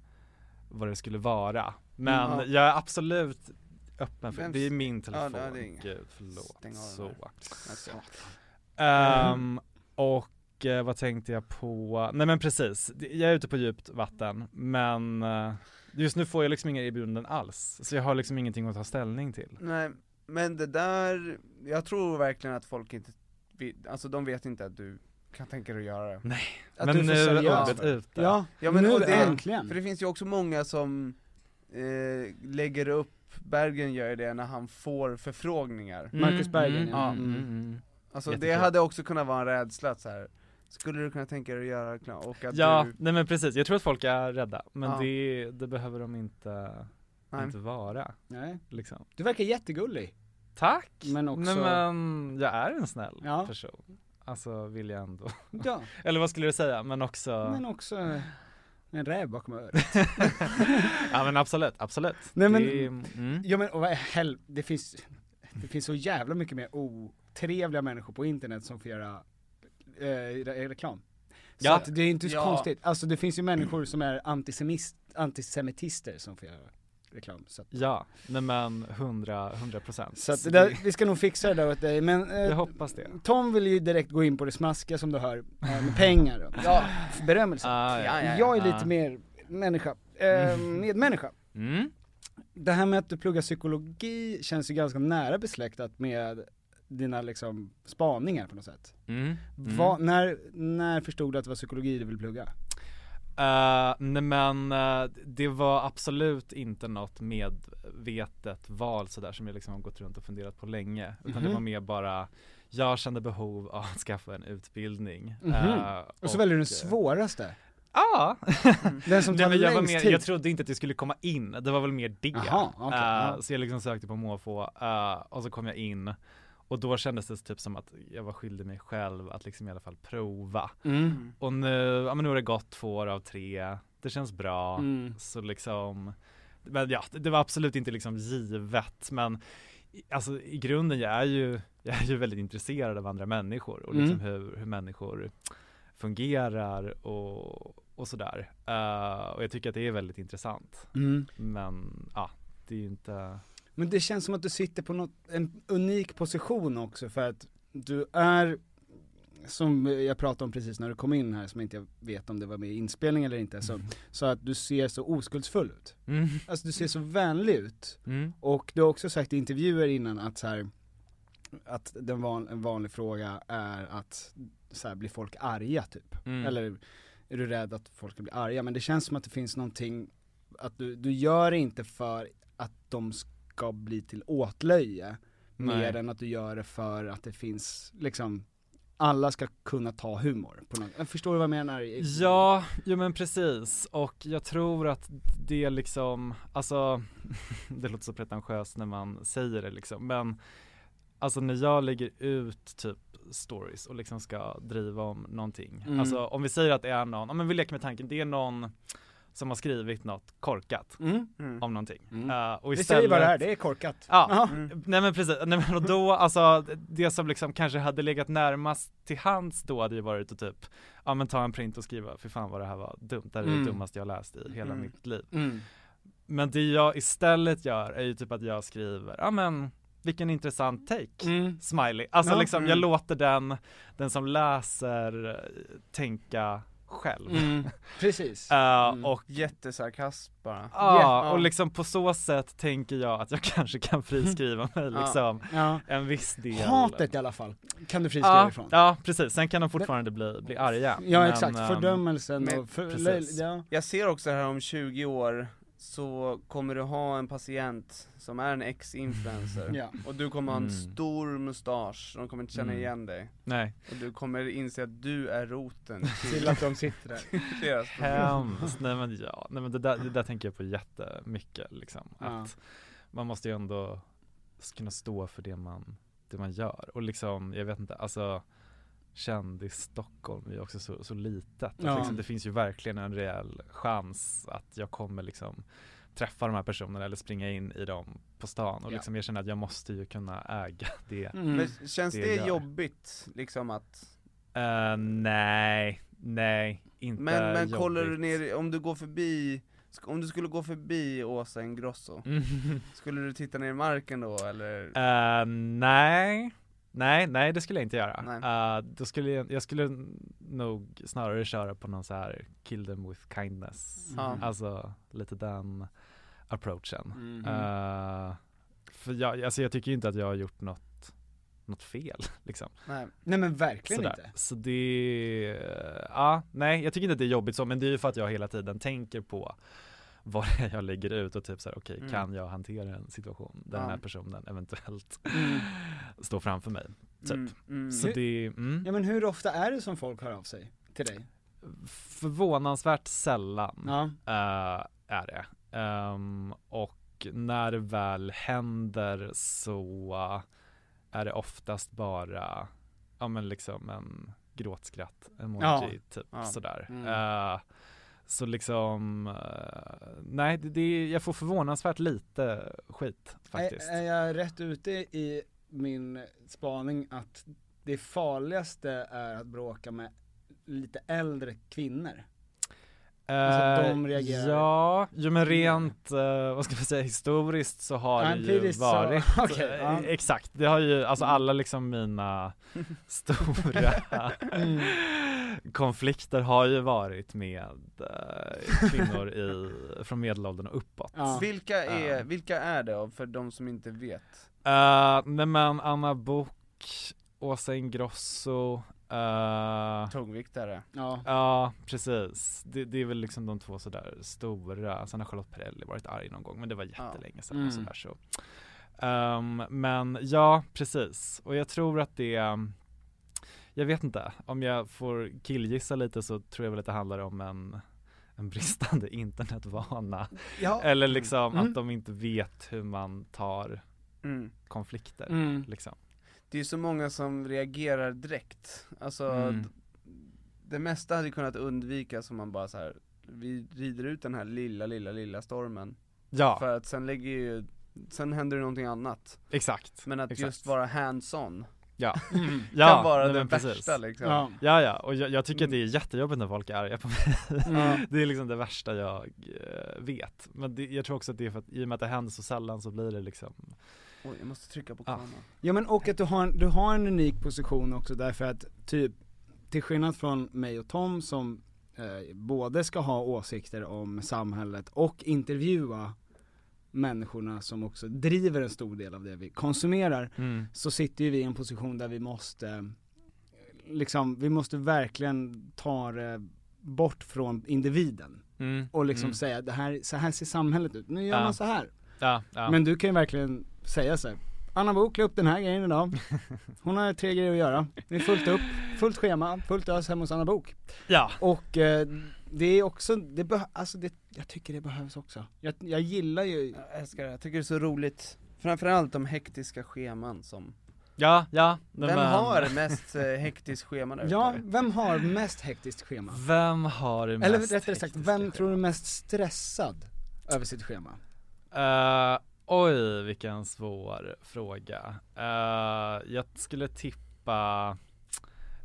Speaker 4: vad det skulle vara. Men
Speaker 5: Mm, ja.
Speaker 4: jag är absolut öppen för,
Speaker 5: Vems-
Speaker 4: det är min
Speaker 5: det är
Speaker 4: telefon,
Speaker 5: inget.
Speaker 4: gud förlåt.
Speaker 5: Stäng av den
Speaker 4: Så.
Speaker 5: där. Alltså.
Speaker 4: Ehm, och eh, vad tänkte jag på? Nej men precis, Det- jag är ute på djupt vatten men eh, just nu får jag liksom inga erbjudanden alls. Så jag har liksom ingenting att ta ställning till.
Speaker 5: Nej, men det där, jag tror verkligen att folk inte, vi- alltså de vet inte att du kan tänka dig att göra det.
Speaker 4: Nej,
Speaker 5: Att
Speaker 4: men
Speaker 5: du
Speaker 4: nu
Speaker 5: får
Speaker 4: är
Speaker 5: sälja.
Speaker 4: ordet ute.
Speaker 2: Ja,
Speaker 5: Ja, men
Speaker 2: nu
Speaker 5: och det-
Speaker 2: äntligen.
Speaker 5: För det finns ju också många som eh, lägger upp, Bergen gör ju det när han får förfrågningar.
Speaker 2: Marcus Berggren,
Speaker 5: ja.
Speaker 4: mm, mm.
Speaker 5: Alltså det
Speaker 4: Jättekul.
Speaker 5: hade också kunnat vara en rädsla att så här. skulle du kunna tänka dig att göra reklam? Och att
Speaker 4: Ja,
Speaker 5: du,
Speaker 4: nej men precis. Jag tror att folk är rädda, men
Speaker 5: Ja.
Speaker 4: det, det behöver de inte,
Speaker 5: nej.
Speaker 4: inte vara.
Speaker 2: Nej.
Speaker 4: Liksom.
Speaker 2: Du verkar jättegullig.
Speaker 4: Tack!
Speaker 2: Men också-
Speaker 4: Nej men, jag är en snäll
Speaker 2: Ja.
Speaker 4: person. Alltså vill jag ändå.
Speaker 2: Ja,
Speaker 4: Eller vad skulle du säga? Men också...
Speaker 2: men också en räv bakom örat.
Speaker 4: ja men absolut, absolut.
Speaker 2: Nej, men-
Speaker 4: det, mm.
Speaker 2: Ja men och vad hel... det finns, det finns så jävla mycket mer otrevliga människor på internet som får göra eh, re- reklam. Så
Speaker 4: Ja.
Speaker 2: att det är inte så
Speaker 5: Ja.
Speaker 2: konstigt, alltså det finns ju människor som är antisemist, antisemitister som får göra reklam. Så att,
Speaker 4: Ja, nej men 100, 100 procent.
Speaker 2: så att det där, vi ska nog fixa det där åt dig, men eh,
Speaker 4: jag hoppas det.
Speaker 2: Tom vill ju direkt gå in på det smaskiga som du hör, eh, med pengar och
Speaker 1: Ja,
Speaker 2: berömmelse.
Speaker 4: Ah,
Speaker 1: ja, ja, ja.
Speaker 2: Jag är
Speaker 4: ja.
Speaker 2: lite mer människa, eh, medmänniska.
Speaker 4: Mm.
Speaker 2: Det här med att du pluggar psykologi känns ju ganska nära besläktat med dina liksom spaningar på något sätt.
Speaker 4: Mm. Mm.
Speaker 2: Vad- när, när förstod du att det var psykologi du ville plugga?
Speaker 4: Eh, nej men eh, det var absolut inte något medvetet val sådär som jag liksom har gått runt och funderat på länge. Utan det
Speaker 2: Mhm.
Speaker 4: var mer bara, jag kände behov av att skaffa en utbildning.
Speaker 2: Mhm.
Speaker 4: Eh,
Speaker 2: Och så väljer du den
Speaker 4: eh,
Speaker 2: svåraste,
Speaker 4: Ja!
Speaker 2: den som
Speaker 4: Mm. Nej,
Speaker 2: tar
Speaker 4: men jag, var
Speaker 2: längst
Speaker 4: mer,
Speaker 2: tid.
Speaker 4: jag trodde inte att det skulle komma in, det var väl mer det.
Speaker 2: Jaha, okej,
Speaker 4: Eh,
Speaker 2: ja.
Speaker 4: Så jag liksom sökte på måfå eh, och så kom jag in och då kändes det typ som att jag var skyldig mig själv att liksom i alla fall prova.
Speaker 2: Mm.
Speaker 4: Och nu, ja men nu har det gått två år av tre, det känns bra.
Speaker 2: Mm.
Speaker 4: Så liksom, men ja, det var absolut inte liksom givet, men i- alltså i grunden, jag är ju, jag är ju väldigt intresserad av andra människor och liksom hur, hur människor fungerar och, och sådär. Eh, och jag tycker att det är väldigt intressant,
Speaker 2: Mm.
Speaker 4: men ja, det är ju inte,
Speaker 2: Men det känns som att du sitter på något, en unik position också för att du är, som jag pratade om precis när du kom in här, som inte jag vet om det var med i inspelning eller inte, så, så att du ser så oskuldsfull ut.
Speaker 4: mm.
Speaker 2: Alltså du ser så vänlig ut,
Speaker 4: Mm.
Speaker 2: och du har också sagt i intervjuer innan att så här, att den van, en vanlig fråga är att så här, blir folk arga typ?
Speaker 4: Mm.
Speaker 2: Eller är du rädd att folk ska bli arga? Men det känns som att det finns någonting, att du, du gör det inte för att de ska bli till åtlöje,
Speaker 4: Nej.
Speaker 2: mer än att du gör det för att det finns liksom alla ska kunna ta humor på något, jag förstår du vad jag menar?
Speaker 4: Ja, jo men precis och jag tror att det liksom, alltså det låter så pretentiöst när man säger det liksom men alltså när jag lägger ut typ stories och liksom ska driva om någonting,
Speaker 2: Mm.
Speaker 4: alltså om vi säger att det är någon, ja men vi leker med tanken, det är någon som har skrivit något korkat
Speaker 2: Mm.
Speaker 4: om någonting.
Speaker 2: Mm.
Speaker 4: Eh, och
Speaker 2: Vi
Speaker 4: istället,
Speaker 2: säger bara det här, det är korkat.
Speaker 4: Ja, mm. nej men precis, nej men och då alltså det som liksom kanske hade legat närmast till hands då hade ju varit att typ, ja men ta en print och skriva, för fan vad det här var dumt, det här är
Speaker 2: Mm.
Speaker 4: det dummaste jag läst i hela
Speaker 1: Mm.
Speaker 4: mitt liv.
Speaker 2: Mm.
Speaker 4: Men det jag istället gör är ju typ att jag skriver, ja men vilken intressant take.
Speaker 2: Mm.
Speaker 4: Smiley, alltså
Speaker 2: Ja.
Speaker 4: liksom jag
Speaker 2: Mm.
Speaker 4: låter den, den som läser eh, tänka själv.
Speaker 2: Mm. Precis.
Speaker 4: Eh,
Speaker 2: Mm.
Speaker 4: och
Speaker 1: jättesarkasm bara.
Speaker 4: Ja,
Speaker 1: Ja.
Speaker 4: och liksom på så sätt tänker jag att jag kanske kan friskriva mig
Speaker 1: Ja.
Speaker 4: liksom
Speaker 2: Ja.
Speaker 4: en viss del
Speaker 2: Hatet i alla fall, kan du friskriva
Speaker 4: ja,
Speaker 2: ifrån.
Speaker 4: ja precis, sen kan de fortfarande bli, bli arga
Speaker 2: Ja
Speaker 4: Men,
Speaker 2: exakt,
Speaker 4: ehm,
Speaker 2: fördömelsen
Speaker 1: men-
Speaker 2: och för,
Speaker 4: precis.
Speaker 2: löj- ja.
Speaker 1: Jag ser också här om 20 år så kommer du ha en patient som är en ex-influencer
Speaker 2: ja.
Speaker 1: och du kommer ha en
Speaker 4: Mm.
Speaker 1: stor mustasch, de kommer inte känna
Speaker 4: Mm.
Speaker 1: igen dig
Speaker 4: Nej,
Speaker 1: och du kommer inse att du är roten
Speaker 2: Till
Speaker 1: till
Speaker 2: att de sitter där.
Speaker 1: deras
Speaker 4: hemskt, nej men ja, nej men det där, det där tänker jag på jättemycket liksom
Speaker 2: Ja.
Speaker 4: att man måste ju ändå s- kunna stå för det man, det man gör och liksom, jag vet inte, alltså kändis Stockholm är ju också så, så litet,
Speaker 2: Ja.
Speaker 4: att liksom, det finns ju verkligen en reell chans att jag kommer liksom träffa de här personerna eller springa in i dem på stan och
Speaker 2: Ja.
Speaker 4: liksom jag känner att jag måste ju kunna äga det
Speaker 2: Mm.
Speaker 1: Men känns
Speaker 4: Det
Speaker 1: det,
Speaker 4: gör.
Speaker 1: jobbigt liksom att,
Speaker 4: Eh, nej, nej, inte
Speaker 1: men, men
Speaker 4: jobbigt.
Speaker 1: kollar du ner, om du går förbi, sk- om du skulle gå förbi Åsa Ingrosso,
Speaker 4: Mhm.
Speaker 1: skulle du titta ner i marken då eller?
Speaker 4: Eh, nej, nej, nej det skulle jag inte göra.
Speaker 1: Nej.
Speaker 4: Eh, då skulle jag, jag skulle nog snarare köra på någon så här kill them with kindness.
Speaker 1: Ja.
Speaker 4: Alltså lite den approachen.
Speaker 2: Mm.
Speaker 4: Eh, för jag, alltså jag tycker ju inte att jag har gjort något, något fel liksom.
Speaker 1: Nej.
Speaker 2: Nej men verkligen
Speaker 4: Sådär.
Speaker 2: inte.
Speaker 4: Så det, ja, nej jag tycker inte att det är jobbigt så, men det är ju för att jag hela tiden tänker på vad det är jag lägger ut och typ såhär, okej
Speaker 1: Mm.
Speaker 4: kan jag hantera en situation där den
Speaker 1: Ja.
Speaker 4: här personen eventuellt står framför mig? Typ.
Speaker 1: Mm, mm.
Speaker 4: Så
Speaker 2: Hur-
Speaker 4: det, mm,
Speaker 2: Ja men hur ofta är det som folk hör av sig till dig?
Speaker 4: förvånansvärt sällan
Speaker 2: Ja.
Speaker 4: eh, är det. Ehm, och när det väl händer så är det oftast bara, ja men liksom en gråtskratt emoji typ
Speaker 1: Ja.
Speaker 4: sådär.
Speaker 2: Mm.
Speaker 4: Eh, så liksom, eh, nej det, det, jag får förvånansvärt lite skit faktiskt.
Speaker 2: Är, är jag rätt ute i min spaning att det farligaste är att bråka med lite äldre kvinnor?
Speaker 6: Alltså,
Speaker 4: Eh,
Speaker 6: de reagerar.
Speaker 4: Ja, jo men rent, eh, vad ska man säga, historiskt så har det ju
Speaker 6: Empiriskt så-
Speaker 4: varit
Speaker 6: okej,
Speaker 4: eh,
Speaker 6: ja.
Speaker 4: Exakt, det har ju, alltså alla liksom mina stora
Speaker 6: Mm.
Speaker 4: konflikter har ju varit med eh, kvinnor i, från medelåldern och uppåt
Speaker 6: Ja.
Speaker 5: Vilka är,
Speaker 4: Ja.
Speaker 5: vilka är det av- för de som inte vet?
Speaker 4: Eh, Nej men Anna Bok, Åsa Ingrosso, eh,
Speaker 5: Tungviktare.
Speaker 6: Ja.
Speaker 4: Ja, precis. Det, det är väl liksom de två sådär stora, sen har Charlotte Perrelli varit arg någon gång men det var jättelänge sedan
Speaker 6: Mm.
Speaker 4: och sådär så. Ehm, men ja, precis. Och jag tror att det, ehm, jag vet inte, om jag får killgissa lite så tror jag väl att det handlar om en en bristande internetvana.
Speaker 6: Ja.
Speaker 4: Eller liksom
Speaker 6: Mm.
Speaker 4: att de inte vet hur man tar
Speaker 5: Mm.
Speaker 4: konflikter.
Speaker 6: Mm.
Speaker 4: Liksom.
Speaker 5: Det är så många som reagerar direkt, alltså
Speaker 4: Mm.
Speaker 5: d- det mesta hade kunnat undvikas om man bara så här. vi rider ut den här lilla, lilla, lilla stormen,
Speaker 4: Ja,
Speaker 5: för att sen lägger ju, sen händer det någonting annat.
Speaker 4: exakt.
Speaker 5: Men att
Speaker 4: exakt.
Speaker 5: just vara hands-on,
Speaker 4: ja.
Speaker 6: Mm.
Speaker 4: ja,
Speaker 5: kan vara
Speaker 4: nej,
Speaker 5: det
Speaker 4: men precis.
Speaker 5: värsta liksom.
Speaker 6: Ja.
Speaker 4: Ja, ja, och jag, jag tycker att det är jättejobbigt när folk är arga på mig.
Speaker 6: Mm.
Speaker 4: Det är liksom det värsta jag eh, vet. Men det, jag tror också att det är för att i och med att det händer så sällan så blir det liksom
Speaker 5: Oj, jag måste trycka på
Speaker 4: Ja.
Speaker 5: kameran.
Speaker 2: Ja men och att du har, en- du har en unik position också därför att typ, till skillnad från mig och Tom som eh, både ska ha åsikter om samhället och intervjua människorna som också driver en stor del av det vi konsumerar, så sitter ju vi i en position där vi måste, eh, liksom, vi måste verkligen ta det bort från individen och liksom
Speaker 4: Mm.
Speaker 2: säga det här, så här ser samhället ut, nu gör
Speaker 4: Ja.
Speaker 2: man så här.
Speaker 4: Ja, ja.
Speaker 2: Men du kan ju verkligen säga så här. Anna Book la upp den här grejen idag. Hon har tre grejer att göra. Det är fullt upp, fullt schema, fullt ös hemma hos Anna Book.
Speaker 4: ja.
Speaker 2: Och eh, det är också, det beh- alltså det, jag tycker det behövs också. Jag, jag gillar ju,
Speaker 5: Jag älskar det, jag tycker det är så roligt. Framförallt de hektiska scheman som,
Speaker 4: ja, ja. Nej,
Speaker 5: vem
Speaker 4: men-
Speaker 5: har mest eh, hektiskt schema där
Speaker 2: ja,
Speaker 5: ute?
Speaker 2: vem har mest hektiskt schema?
Speaker 4: Vem har det
Speaker 2: Eller
Speaker 4: mest
Speaker 2: rättare sagt,
Speaker 4: hektiska
Speaker 2: vem tror du är
Speaker 4: schemat?
Speaker 2: mest stressad över sitt schema?
Speaker 4: Eh, oj, vilken svår fråga. Eh, jag skulle tippa,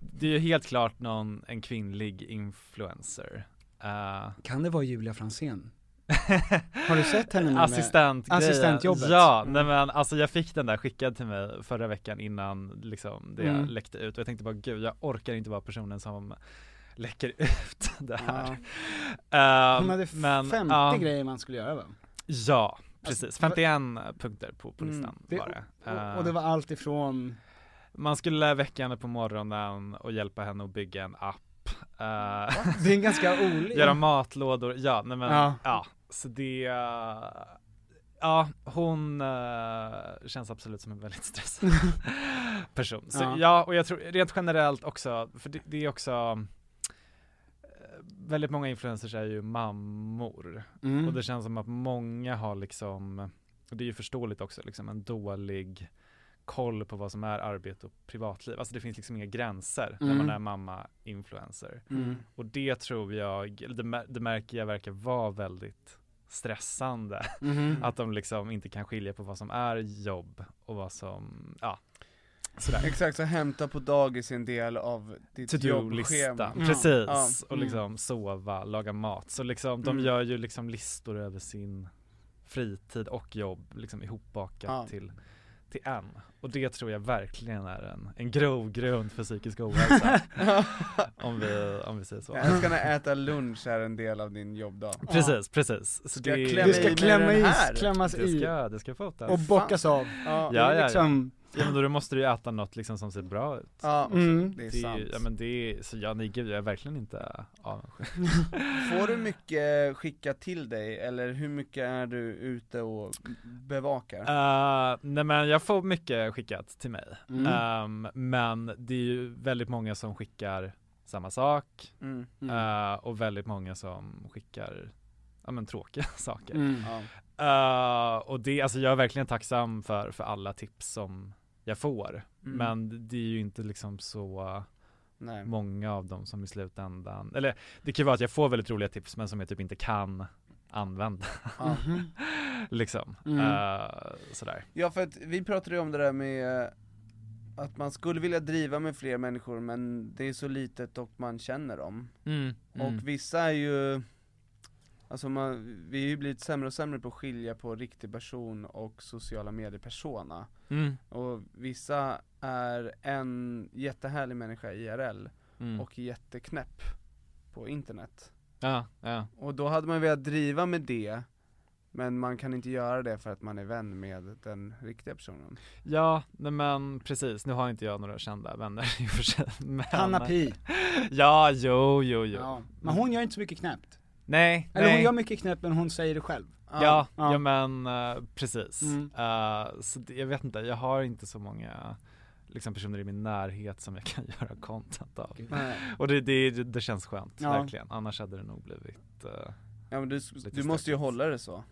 Speaker 4: det är ju helt klart någon, en kvinnlig influencer. Eh,
Speaker 2: Kan det vara Julia Franzén? Har du sett henne nu med-
Speaker 4: Assistent
Speaker 2: assistentjobbet?
Speaker 4: Ja,
Speaker 2: Mm.
Speaker 4: nej men alltså jag fick den där skickad till mig förra veckan innan liksom det
Speaker 2: Mm.
Speaker 4: läckte ut och jag tänkte bara gud jag orkar inte vara personen som läcker ut det här. Ehm,
Speaker 2: Hon hade
Speaker 4: men,
Speaker 2: 50
Speaker 4: ja,
Speaker 2: grejer man skulle göra va?
Speaker 4: Ja, precis.
Speaker 2: Alltså, det var-
Speaker 4: 51 punkter på, på
Speaker 5: Mm,
Speaker 4: listan
Speaker 2: det-
Speaker 4: var det.
Speaker 2: Och, och det var allt ifrån
Speaker 4: Man skulle väcka henne på morgonen och hjälpa henne att bygga en app. Eh,
Speaker 2: Det är en ganska olik
Speaker 4: Göra matlådor, ja nej men
Speaker 2: Ja.
Speaker 4: ja, så det eh, Ja, hon eh, känns absolut som en väldigt stressad person. Så
Speaker 2: Ja.
Speaker 4: ja. och jag tror rent generellt också, för det, det är också eh, Väldigt många influencers är ju mammor
Speaker 2: Mm.
Speaker 4: och det känns som att många har liksom, och det är ju förståeligt också, liksom en dålig koll på vad som är arbete och privatliv. Alltså det finns liksom inga gränser
Speaker 2: Mm.
Speaker 4: när man är mamma-influencer.
Speaker 2: Mm.
Speaker 4: Och det tror jag, eller det, mär- det märker jag verkar vara väldigt stressande. Att de liksom inte kan skilja på vad som är jobb och vad som, ja, sådär.
Speaker 5: Exakt, så hämta på dagis är en del av ditt jobbschema.
Speaker 4: To-do-listan,
Speaker 2: Ja.
Speaker 4: Typ precis.
Speaker 5: Mm. Ja.
Speaker 4: Och liksom sova, laga mat. Så liksom, de
Speaker 5: Mm.
Speaker 4: gör ju liksom listor över sin fritid och jobb liksom ihopbakat
Speaker 5: Ja.
Speaker 4: till, till en. Och det tror jag verkligen är en, en grov grund för psykisk ohälsa. om, vi, om vi säger så.
Speaker 5: Jag älskar när äta lunch är en del av din jobbdag.
Speaker 4: Precis, precis. Så
Speaker 5: Ska jag
Speaker 4: det-
Speaker 5: klämma
Speaker 2: Det
Speaker 5: i
Speaker 2: ska
Speaker 5: med
Speaker 2: klämma
Speaker 5: den
Speaker 2: i,
Speaker 5: här?
Speaker 2: klämmas
Speaker 4: Det
Speaker 2: i
Speaker 4: ska, det ska fotas.
Speaker 2: och bockas av
Speaker 5: Ja,
Speaker 4: Ja, ja, ja.
Speaker 2: liksom,
Speaker 4: ja men då måste du ju äta något liksom som ser bra ut.
Speaker 5: ja
Speaker 2: Mm.
Speaker 5: det är
Speaker 4: Det är
Speaker 5: sant.
Speaker 4: ju, ja men det är, så ja nej gud jag är verkligen inte avundsjuk.
Speaker 5: Får du mycket skicka till dig, eller hur mycket är du ute och bevakar?
Speaker 4: Eh, nej men jag får mycket skickat till mig.
Speaker 2: Mm.
Speaker 4: Ehm, men det är ju väldigt många som skickar samma sak
Speaker 5: Mm.
Speaker 4: eh, och väldigt många som skickar Ja men tråkiga saker.
Speaker 2: mm.
Speaker 5: Ja.
Speaker 4: Eh, och det, alltså jag är verkligen tacksam för, för alla tips som jag får.
Speaker 5: Mm.
Speaker 4: Men det är ju inte liksom så
Speaker 5: Nej.
Speaker 4: många av dem som i slutändan, eller det kan ju vara att jag får väldigt roliga tips men som jag typ inte kan använda
Speaker 5: Ja.
Speaker 4: liksom.
Speaker 2: Mm.
Speaker 4: Eh, sådär.
Speaker 5: ja, för att vi pratade ju om det där med eh, att man skulle vilja driva med fler människor, men det är så litet och man känner dem.
Speaker 4: Mm.
Speaker 5: Och vissa är ju
Speaker 1: Alltså man, vi har ju blivit sämre och sämre på att skilja på riktig person och sociala medier-persona
Speaker 4: Mm.
Speaker 1: Och vissa är en jättehärlig människa IRL
Speaker 4: Mm.
Speaker 1: och jätteknäpp på internet
Speaker 4: Ja, ja.
Speaker 1: Och då hade man velat driva med det men man kan inte göra det för att man är vän med den riktiga personen
Speaker 4: Ja, nej men precis. Nu har inte jag några kända vänner i och för sig. Men...
Speaker 5: Hanna Pi.
Speaker 4: Ja, jo, jo, jo.
Speaker 5: Ja. Men hon gör inte så mycket knäppt.
Speaker 4: Nej,
Speaker 5: Eller hon
Speaker 4: nej.
Speaker 5: gör mycket knäppt men hon säger det själv.
Speaker 4: Ja,
Speaker 5: ja.
Speaker 4: ja, men eh, precis.
Speaker 5: Mm.
Speaker 4: Eh, så det, jag vet inte, jag har inte så många liksom, personer i min närhet som jag kan göra content av. Och det, det, det känns skönt,
Speaker 5: Ja.
Speaker 4: verkligen. Annars hade det nog blivit eh,
Speaker 1: Ja men du, du
Speaker 4: stökigt.
Speaker 1: måste ju hålla det så,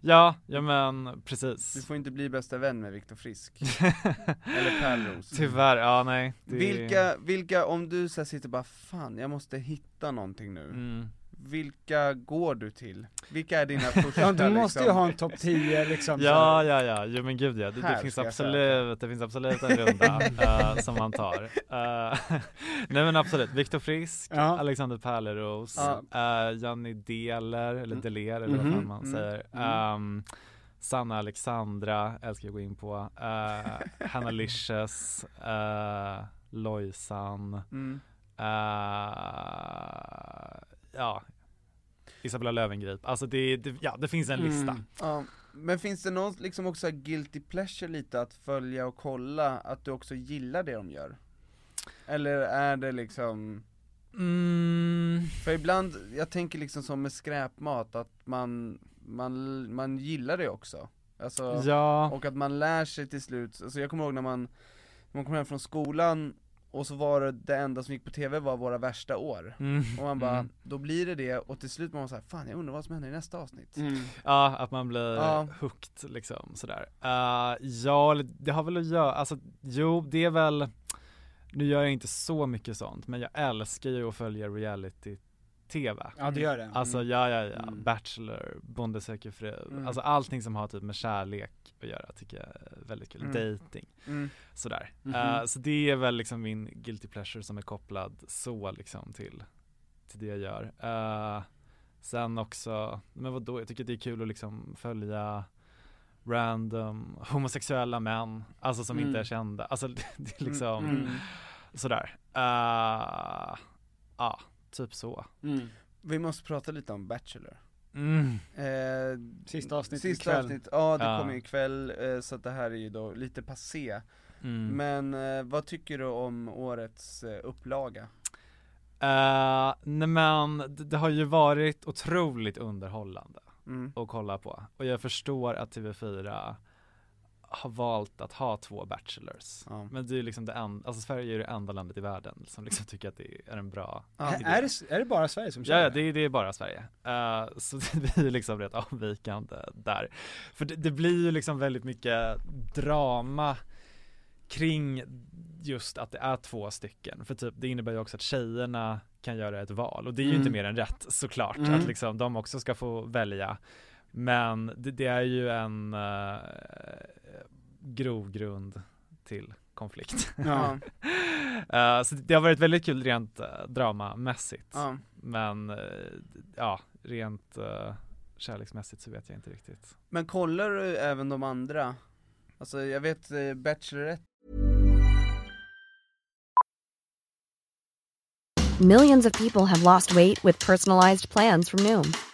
Speaker 4: Ja, ja men
Speaker 1: du
Speaker 4: precis.
Speaker 1: får inte bli bästa vän med Viktor Frisk
Speaker 5: Mm.
Speaker 1: Eller Pärlros
Speaker 5: Typ,
Speaker 4: Tyvärr, ja nej. det-
Speaker 1: Vilka, vilka, om du så här sitter bara fan jag måste hitta någonting nu,
Speaker 4: Mm.
Speaker 1: vilka går du till? Vilka är dina första
Speaker 5: Ja, du måste ju
Speaker 1: liksom?
Speaker 5: ha en topp 10 liksom. så
Speaker 4: Ja,
Speaker 5: här.
Speaker 4: ja, ja, jo men gud ja, det, det
Speaker 1: Här
Speaker 4: finns
Speaker 1: ska jag
Speaker 4: absolut, det finns absolut en runda eh, som man tar. Eh, nej men absolut, Viktor Frisk,
Speaker 5: Ja.
Speaker 4: Alexander Pärleros, eh, Janni Deler, eller Deler eller vad
Speaker 5: Mhm,
Speaker 4: fan man
Speaker 1: mm,
Speaker 4: säger. Ehm, Sanna Alexandra, älskar jag att gå in på. Uh, Hanna Licious, eh, Lojsan,
Speaker 1: Mm.
Speaker 4: eh, ja, Isabella Löwengrip. Alltså det, det, ja, det finns en lista.
Speaker 1: Ja, men finns det någon liksom också här guilty pleasure lite att följa och kolla, att du också gillar det de gör? Eller är det liksom,
Speaker 4: Mm.
Speaker 1: för ibland, jag tänker liksom som med skräpmat, att man, man, man gillar det också Alltså
Speaker 4: Ja.
Speaker 1: Och att man lär sig till slut, alltså jag kommer ihåg när man, när man kom hem från skolan och så var det, det enda som gick på TV var våra värsta år
Speaker 4: Mm.
Speaker 1: Och man bara,
Speaker 4: Mm.
Speaker 1: då blir det det och till slut man var såhär, fan jag undrar vad som händer i nästa avsnitt
Speaker 4: Ja, att man blir
Speaker 1: Ja.
Speaker 4: hooked liksom sådär. Eh, ja, eller det har väl att göra, alltså jo det är väl, nu gör jag inte så mycket sånt, men jag älskar ju att följa reality-tv.
Speaker 5: Ja du gör det.
Speaker 4: Alltså ja, ja, ja,
Speaker 5: Mm.
Speaker 4: Bachelor, Bonde söker fru,
Speaker 1: Mm.
Speaker 4: alltså allting som har typ med kärlek att göra tycker jag är väldigt kul,
Speaker 1: Mm.
Speaker 4: dating
Speaker 1: Mm.
Speaker 4: sådär.
Speaker 5: Mhm.
Speaker 4: Eh, så det är väl liksom min guilty pleasure som är kopplad så liksom till, till det jag gör. Eh, sen också, men vadå, jag tycker det är kul att liksom följa random homosexuella män, alltså som inte
Speaker 5: Mm.
Speaker 4: är kända, alltså det det är liksom
Speaker 5: Mm.
Speaker 4: sådär. Eh, Ja, typ så.
Speaker 5: Mm.
Speaker 1: Vi måste prata lite om Bachelor
Speaker 4: Mm.
Speaker 1: eh,
Speaker 5: Sista avsnittet
Speaker 1: Sista
Speaker 5: ikväll.
Speaker 1: avsnitt, ja det
Speaker 4: Ja.
Speaker 1: kommer ikväll, eh, så att det här är ju då lite passé
Speaker 4: Mm.
Speaker 1: Men eh, vad tycker du om årets eh, upplaga?
Speaker 4: Eh, nej men det, det har ju varit otroligt underhållande
Speaker 1: Mm.
Speaker 4: att kolla på och jag förstår att TV4 har valt att ha två bachelors.
Speaker 1: Ja.
Speaker 4: Men det är ju liksom det enda, alltså Sverige är ju det enda landet i världen som liksom tycker att det är en bra
Speaker 1: Ja.
Speaker 4: idé.
Speaker 5: Är, det, är det bara Sverige som kör
Speaker 4: Ja, ja det, är- det är bara Sverige. Eh, så vi är ju liksom rätt avvikande där. För det, det blir ju liksom väldigt mycket drama kring just att det är två stycken. För typ, det innebär ju också att tjejerna kan göra ett val och det är ju
Speaker 5: Mm.
Speaker 4: inte mer än rätt såklart
Speaker 5: Mm.
Speaker 4: att liksom de också ska få välja. Men det, det är ju en uh, grogrund till konflikt.
Speaker 5: Ja.
Speaker 4: Eh, så det har varit väldigt kul rent eh, dramamässigt.
Speaker 1: Ja.
Speaker 4: Men eh, ja, rent eh, kärleksmässigt så vet jag inte riktigt.
Speaker 1: Men kollar du även de andra? Alltså jag vet eh, Bachelorette
Speaker 7: Millions of people have lost weight with personalized plans from Noom,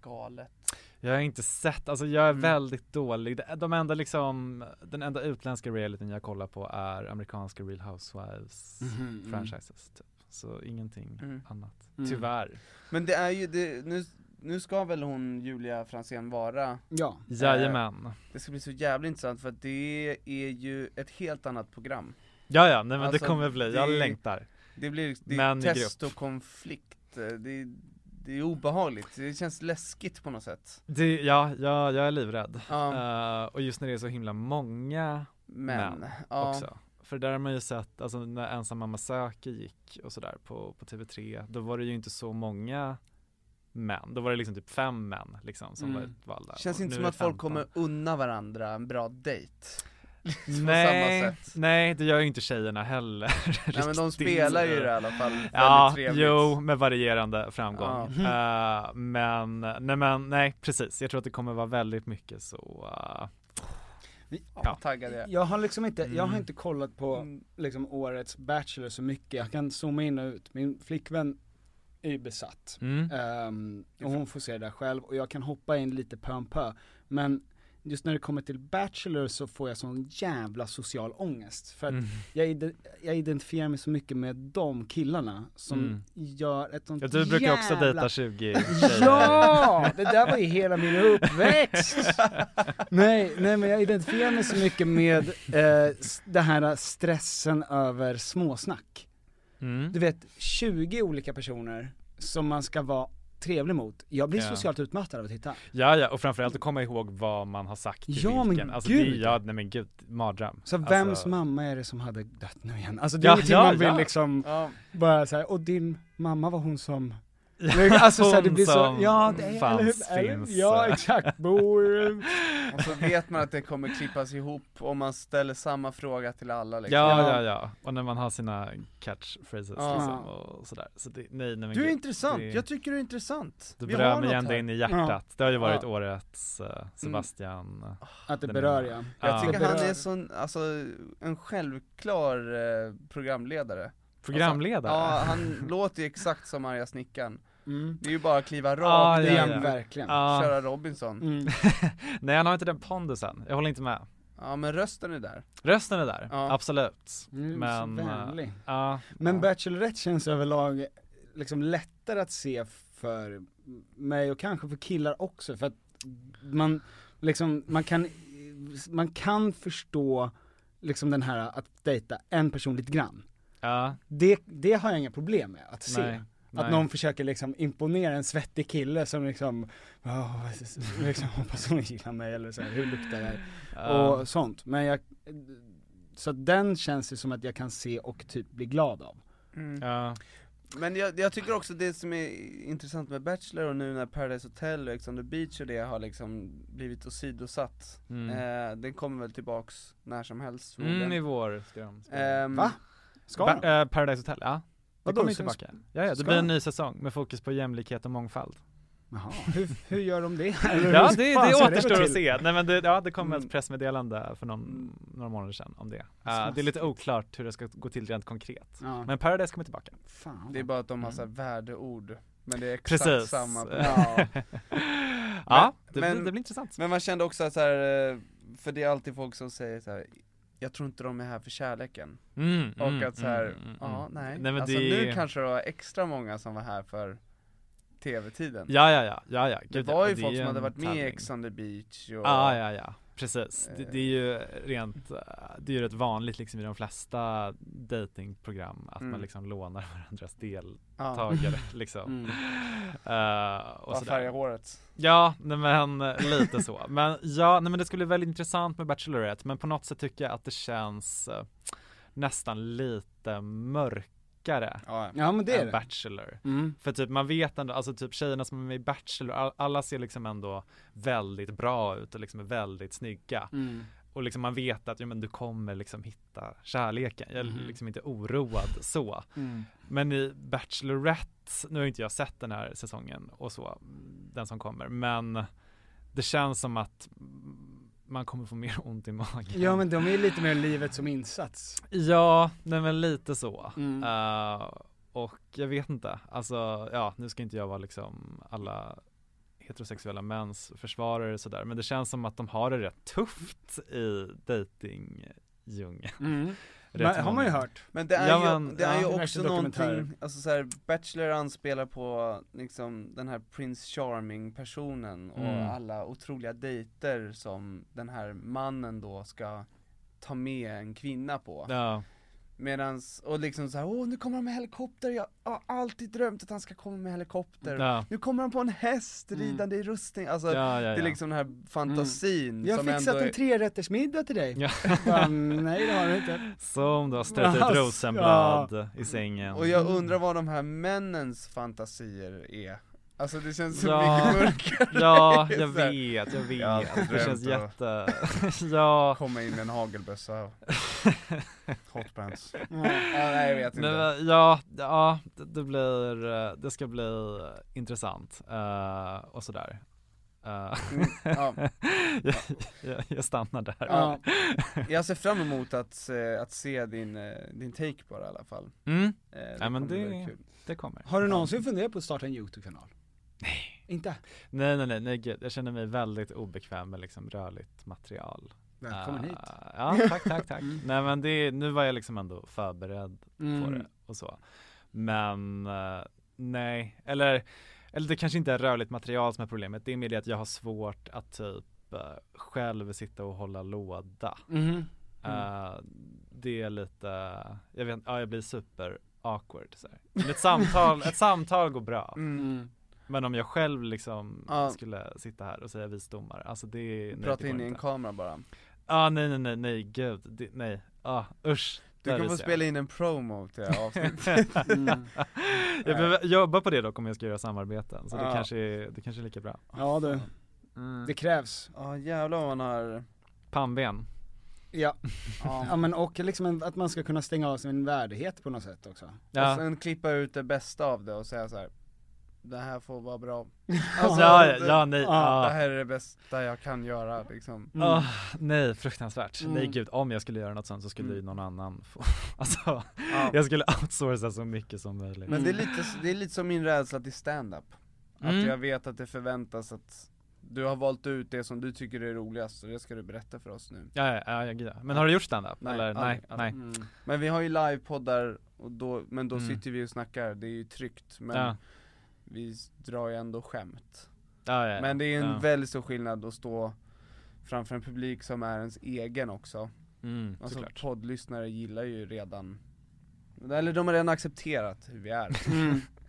Speaker 1: galet.
Speaker 4: Jag har inte sett, alltså jag är
Speaker 1: Mm.
Speaker 4: väldigt dålig. Det- De enda liksom, den enda utländska realityn jag kollar på är amerikanska Real Housewives franchises typ. Så ingenting
Speaker 1: Mhm. Mm.
Speaker 4: annat.
Speaker 1: Mm.
Speaker 4: Tyvärr.
Speaker 1: Men det är ju, det, nu, nu ska väl hon Julia Franzén vara
Speaker 5: Ja.
Speaker 4: Jajamän.
Speaker 1: Det ska bli så jävla intressant för att det är ju ett helt annat program
Speaker 4: Ja, ja, nej men
Speaker 1: Alltså,
Speaker 4: det kommer bli, jag
Speaker 1: det-
Speaker 4: längtar.
Speaker 1: Det blir det är
Speaker 4: Män i
Speaker 1: test och konflikt, eh, det, det är obehagligt, det känns läskigt på något sätt
Speaker 4: Det, ja, ja, jag är livrädd.
Speaker 1: Ja,
Speaker 4: Eh, och just när det är så himla många
Speaker 1: men,
Speaker 4: men
Speaker 1: ja,
Speaker 4: också. För där har man ju sett, alltså när ensam mamma söker gick och sådär på, på TV3, då var det ju inte så många män, då var det liksom typ fem män liksom som
Speaker 1: Mm.
Speaker 4: var utvalda.
Speaker 1: känns
Speaker 4: Och nu
Speaker 1: inte som
Speaker 4: är
Speaker 1: att
Speaker 4: det
Speaker 1: folk
Speaker 4: 15.
Speaker 1: kommer unna varandra en bra dejt på
Speaker 4: nej,
Speaker 1: samma sätt.
Speaker 4: Nej, det gör ju inte tjejerna heller.
Speaker 1: Nej men de
Speaker 4: riktigt.
Speaker 1: spelar ju det i alla fall väldigt
Speaker 4: Ja,
Speaker 1: trevligt
Speaker 4: jo, med varierande framgång. Eh, men, nej men, nej precis, jag tror att det kommer vara väldigt mycket så, eh,
Speaker 1: ja. taggade jag
Speaker 5: Jag har liksom inte, jag
Speaker 4: Mm.
Speaker 5: har inte kollat på liksom årets Bachelor så mycket, jag kan zooma in och ut, min flickvän är ju besatt.
Speaker 4: mm.
Speaker 5: Ehm, och hon får se det där själv och jag kan hoppa in lite pö om pö. Men just när det kommer till Bachelor så får jag sån jävla social ångest. För att
Speaker 4: Mm.
Speaker 5: jag, ide- jag identifierar mig så mycket med de killarna som
Speaker 4: Mm.
Speaker 5: gör ett sånt
Speaker 4: Ja, du brukar
Speaker 5: jävla...
Speaker 4: ju också dejta 20 tjejer.
Speaker 5: Ja! Det där var ju hela min uppväxt! nej, nej men jag identifierar mig så mycket med eh, s- det här stressen över småsnack.
Speaker 4: Mm.
Speaker 5: Du vet, 20 olika personer som man ska vara trevlig mot. Jag blir
Speaker 4: Ja.
Speaker 5: socialt utmattad av att titta.
Speaker 4: Ja, ja, och framförallt att komma ihåg vad man har sagt till
Speaker 5: Ja, men
Speaker 4: vilken. alltså,
Speaker 5: gud.
Speaker 4: Det, ja, nej men gud, mardröm.
Speaker 5: Så
Speaker 4: Alltså,
Speaker 5: vems mamma är det som hade dött nu igen? Alltså det är
Speaker 4: Ja,
Speaker 5: ingenting
Speaker 4: ja,
Speaker 5: man vill
Speaker 4: ja.
Speaker 5: liksom
Speaker 1: Ja,
Speaker 5: bara såhär, och din mamma var hon som
Speaker 4: Ja,
Speaker 5: Alltså såhär, det
Speaker 4: hon
Speaker 5: blir så,
Speaker 4: som
Speaker 5: ja det är,
Speaker 4: fanns,
Speaker 5: eller hur? Eller,
Speaker 4: finns,
Speaker 5: ja
Speaker 4: eh.
Speaker 5: exakt, bor
Speaker 1: och så vet man liksom. att det kommer klippas ihop om man ställer samma fråga till alla liksom.
Speaker 4: Ja, ja, ja. Och när man har sina catchphrases
Speaker 1: Ja.
Speaker 4: liksom och sådär. Så det, nej, nej men
Speaker 1: Du är
Speaker 4: gud,
Speaker 1: intressant,
Speaker 4: det-
Speaker 1: jag tycker du är intressant
Speaker 4: Det
Speaker 1: Vi har
Speaker 4: berör
Speaker 1: något
Speaker 4: mig ända
Speaker 1: här.
Speaker 4: in i hjärtat. Det har ju varit
Speaker 1: Ja. Mm. Alltså,
Speaker 4: årets eh, Sebastian.
Speaker 5: att det
Speaker 4: Den
Speaker 5: berör
Speaker 4: mamma.
Speaker 5: jag.
Speaker 1: Jag
Speaker 4: Ja.
Speaker 1: tycker han
Speaker 5: Berör.
Speaker 1: är sån, alltså, en självklar eh, programledare
Speaker 4: Programledare?
Speaker 1: Ja, han låter ju exakt som arga snickaren
Speaker 5: Mm.
Speaker 1: Det är ju bara att kliva
Speaker 4: Ah,
Speaker 1: rakt
Speaker 5: Det
Speaker 4: ja,
Speaker 5: är
Speaker 1: in,
Speaker 4: ja.
Speaker 5: han verkligen.
Speaker 4: Ja.
Speaker 1: köra Robinson
Speaker 5: Mm.
Speaker 4: Nej han har inte den pondusen, jag håller inte med.
Speaker 1: Ja men rösten är där
Speaker 4: Rösten är där,
Speaker 1: Ja.
Speaker 4: absolut.
Speaker 5: Mm,
Speaker 4: Men,
Speaker 5: så
Speaker 4: eh,
Speaker 5: vänlig.
Speaker 4: Ja,
Speaker 5: Men Bachelorette känns överlag liksom lättare att se för mig och kanske för killar också för att man liksom, man kan, man kan förstå liksom den här att dejta en person lite grann.
Speaker 4: ja,
Speaker 5: Det, det har jag inga problem med att se.
Speaker 4: Nej.
Speaker 2: Att någon försöker liksom imponera en svettig kille som liksom, oh, liksom hoppas hon gillar mig eller så här, hur luktar jag? Och sånt. Men jag, så den känns ju som att jag kan se och typ bli glad av.
Speaker 5: Mm.
Speaker 4: Ja.
Speaker 5: Men jag, jag tycker också det som är intressant med Bachelor och nu när Paradise Hotel och Ex on the Beach och det har liksom blivit åsidosatt
Speaker 4: Mm.
Speaker 5: eh, Den kommer väl tillbaks när som helst
Speaker 4: Mm, i
Speaker 5: förmodligen.
Speaker 4: vår ska de
Speaker 5: Ehm,
Speaker 2: Va? Ska
Speaker 4: ba- eh, Paradise Hotel, ja. Det
Speaker 2: Vadå,
Speaker 4: kommer ju
Speaker 2: ska de
Speaker 4: tillbaka. Ja, ja, det
Speaker 2: ska
Speaker 4: blir en
Speaker 2: de?
Speaker 4: ny säsong med fokus på jämlikhet och mångfald.
Speaker 2: Jaha, hur, hur gör de det?
Speaker 4: Ja, det,
Speaker 2: Fan,
Speaker 4: det
Speaker 2: så går
Speaker 4: återstår att
Speaker 2: till. Mm.
Speaker 4: se. Nej, men det, ja, det kom
Speaker 5: Mm.
Speaker 4: ett pressmeddelande för någon, några månader sedan om det. Eh, det är lite oklart hur det ska gå till rent konkret.
Speaker 2: Ja,
Speaker 4: Men Paradise kommer tillbaka.
Speaker 2: fan.
Speaker 5: Det är bara att de har
Speaker 4: Mm.
Speaker 5: så här värdeord Men det är exakt
Speaker 4: Precis.
Speaker 5: samma
Speaker 4: ja, det,
Speaker 5: men-
Speaker 4: blir, det blir intressant.
Speaker 5: Men man kände också att så här, eh, för det är alltid folk som säger så här. Jag tror inte de är här för kärleken,
Speaker 4: Mm,
Speaker 5: och
Speaker 4: mm,
Speaker 5: att så här,
Speaker 4: mm, mm,
Speaker 5: ja
Speaker 4: mm.
Speaker 5: nej,
Speaker 4: men
Speaker 5: alltså
Speaker 4: det-
Speaker 5: nu kanske det var extra många som var här för tv-tiden
Speaker 4: Ja, ja, ja, ja, ja.
Speaker 5: Det
Speaker 4: Gud,
Speaker 5: var
Speaker 4: ja,
Speaker 5: ju
Speaker 4: är
Speaker 5: folk som
Speaker 4: en
Speaker 5: hade varit med i
Speaker 4: tävling.
Speaker 5: Ex on the beach och
Speaker 4: Ja, ja, ja, precis. Det,
Speaker 5: Eh.
Speaker 4: det är ju rent, eh, det är ju rätt vanligt liksom i de flesta datingprogram att
Speaker 5: Mm.
Speaker 4: man liksom lånar varandras deltagare
Speaker 5: ja.
Speaker 4: liksom.
Speaker 2: Mm.
Speaker 4: Eh, och
Speaker 5: Bara färga
Speaker 4: sådär.
Speaker 5: håret
Speaker 4: Ja, nej, men eh, lite så. Men ja, nej, men det skulle bli väldigt intressant med Bachelorette, men på något sätt tycker jag att det känns eh, nästan lite mörkare
Speaker 5: ja.
Speaker 2: Ja men det är
Speaker 4: än
Speaker 2: det.
Speaker 4: Bachelor.
Speaker 2: Mm.
Speaker 4: För typ man vet ändå, alltså typ tjejerna som är med i Bachelor, all- alla ser liksom ändå väldigt bra ut och liksom är väldigt snygga.
Speaker 2: Mm.
Speaker 4: Och liksom man vet att, ja men du kommer liksom hitta kärleken. Jag är
Speaker 2: Mhm.
Speaker 4: liksom inte oroad så.
Speaker 2: Mm.
Speaker 4: Men i Bachelorette, nu har inte jag sett den här säsongen och så, den som kommer, men det känns som att mm, man kommer få mer ont i magen.
Speaker 2: Ja men de är ju lite mer livet som insats.
Speaker 4: Ja, nej men lite så.
Speaker 2: Mm.
Speaker 4: Eh, och jag vet inte, alltså ja, nu ska inte jag vara liksom alla heterosexuella mäns försvarare och sådär, men det känns som att de har det rätt tufft i dejtingdjungeln.
Speaker 2: Mm.
Speaker 4: Rätt
Speaker 2: Men, har man ju
Speaker 4: många.
Speaker 2: hört.
Speaker 5: Men det är
Speaker 4: Ja,
Speaker 5: ju,
Speaker 4: men,
Speaker 5: det är
Speaker 4: ja.
Speaker 5: ju
Speaker 2: Diverse
Speaker 5: också någonting,
Speaker 2: dokumentärer.
Speaker 5: alltså så här, Bachelor anspelar på liksom den här Prince Charming personen och
Speaker 4: Mm.
Speaker 5: alla otroliga dejter som den här mannen då ska ta med en kvinna på.
Speaker 4: Ja,
Speaker 5: Medans, och liksom så här, åh nu kommer han med helikopter, jag har alltid drömt att han ska komma med helikopter.
Speaker 4: ja,
Speaker 5: Nu kommer han på en häst
Speaker 2: Mm.
Speaker 5: ridande i rustning, alltså
Speaker 4: ja, ja,
Speaker 5: det är
Speaker 4: ja. Mm.
Speaker 5: liksom den här fantasin
Speaker 2: Jag
Speaker 5: som
Speaker 2: har fixat
Speaker 5: ändå
Speaker 2: en trerättersmiddag till dig.
Speaker 4: Ja.
Speaker 2: Bara, nej det har du inte.
Speaker 4: Som du har ställt
Speaker 2: Ja,
Speaker 4: ett rosenblad i sängen.
Speaker 5: Och jag undrar vad de här männens fantasier är Alltså det känns så
Speaker 4: Ja.
Speaker 5: mycket mörkare
Speaker 4: Ja, jag
Speaker 5: Så här,
Speaker 4: vet, jag vet.
Speaker 5: Jag har alltid
Speaker 4: det känns
Speaker 5: drömt om-
Speaker 4: jätte, ja.
Speaker 5: Komma in med en hagelbössa, hotpants
Speaker 2: Ja.
Speaker 5: ja, Nej jag vet
Speaker 4: Nej,
Speaker 5: inte
Speaker 4: men, ja, ja, det, det blir, eh, det ska bli intressant eh, och sådär. Eh,
Speaker 5: Mm, ja.
Speaker 4: jag, jag, jag stannar där.
Speaker 5: Ja. Jag ser fram emot att, eh, att se din, eh, din take på det i alla fall
Speaker 4: Mm,
Speaker 5: Eh,
Speaker 4: Ja, men
Speaker 5: kommer bli
Speaker 4: det-
Speaker 5: väldigt kul.
Speaker 4: det kommer.
Speaker 2: Har du någonsin funderat på att starta en YouTube-kanal? Nej. Inte?
Speaker 4: Nej, nej, nej, nej, gud, jag känner mig väldigt obekväm med liksom rörligt material.
Speaker 2: Välkommen
Speaker 4: Eh,
Speaker 2: hit. Mm.
Speaker 4: Ja, tack, tack, tack. Nej men det, nu var jag liksom ändå förberedd på det och så. Men eh, nej, eller, eller det kanske inte är rörligt material som är problemet. Det är mer det att jag har svårt att typ eh, själv sitta och hålla låda.
Speaker 5: Mm.
Speaker 2: Mhm.
Speaker 4: Eh, det är lite, jag vet ja jag blir super awkward så här. Men ett samtal, ett samtal går bra.
Speaker 2: Mm.
Speaker 4: Men om jag själv liksom
Speaker 5: Ja.
Speaker 4: skulle sitta här och säga visdomar, alltså det, nej,
Speaker 5: Prata
Speaker 4: det går
Speaker 5: in i en
Speaker 4: inte.
Speaker 5: kamera bara
Speaker 4: Ja ah, nej nej nej nej gud, det, nej, ah usch
Speaker 5: Du
Speaker 4: där
Speaker 5: kan få
Speaker 4: ryser jag.
Speaker 5: spela in en promo till det här avsnittet
Speaker 2: Mm.
Speaker 4: Jag behöver jobba på det dock om jag ska göra samarbeten, så det,
Speaker 5: Ja.
Speaker 4: kanske är, det kanske är lika bra
Speaker 2: Ja du, det krävs.
Speaker 5: Ja jävlar vad man har
Speaker 4: Pannben
Speaker 2: Ja.
Speaker 5: Ja.
Speaker 2: ja men och liksom en, att man ska kunna stänga av sin värdighet på något sätt också.
Speaker 5: Och
Speaker 4: Ja,
Speaker 5: sen klippa ut det bästa av det och säga så här. Det här får vara bra
Speaker 4: alltså, ja, ja, ja nej,
Speaker 5: Det
Speaker 4: ah,
Speaker 5: här är det bästa jag kan göra liksom
Speaker 4: ah, nej fruktansvärt,
Speaker 2: Mm.
Speaker 4: nej gud om jag skulle göra något sånt så skulle
Speaker 5: Mm.
Speaker 4: ju någon annan få, alltså
Speaker 5: Ja.
Speaker 4: jag skulle outsourca så mycket som möjligt
Speaker 5: Men det är, lite, det är lite som min rädsla till stand-up Att
Speaker 4: Mm.
Speaker 5: jag vet att det förväntas att du har valt ut det som du tycker är roligast och det ska du berätta för oss nu
Speaker 4: Mm. Ja, ja, ja, ja, gud, ja. men har du gjort standup?
Speaker 5: Nej,
Speaker 4: Eller nej,
Speaker 5: aldrig,
Speaker 4: nej
Speaker 5: aldrig.
Speaker 1: Mm,
Speaker 5: Men vi har ju livepoddar och då, men då
Speaker 4: Mm.
Speaker 5: sitter vi och snackar, det är ju tryggt men
Speaker 4: ja.
Speaker 5: vi s- drar ju ändå skämt
Speaker 4: Ja, ja, ja.
Speaker 5: Men det är en
Speaker 4: ja.
Speaker 5: väldigt stor skillnad att stå framför en publik som är ens egen också
Speaker 4: mm,
Speaker 5: Alltså
Speaker 4: såklart
Speaker 5: poddlyssnare gillar ju redan Eller de har redan accepterat hur vi är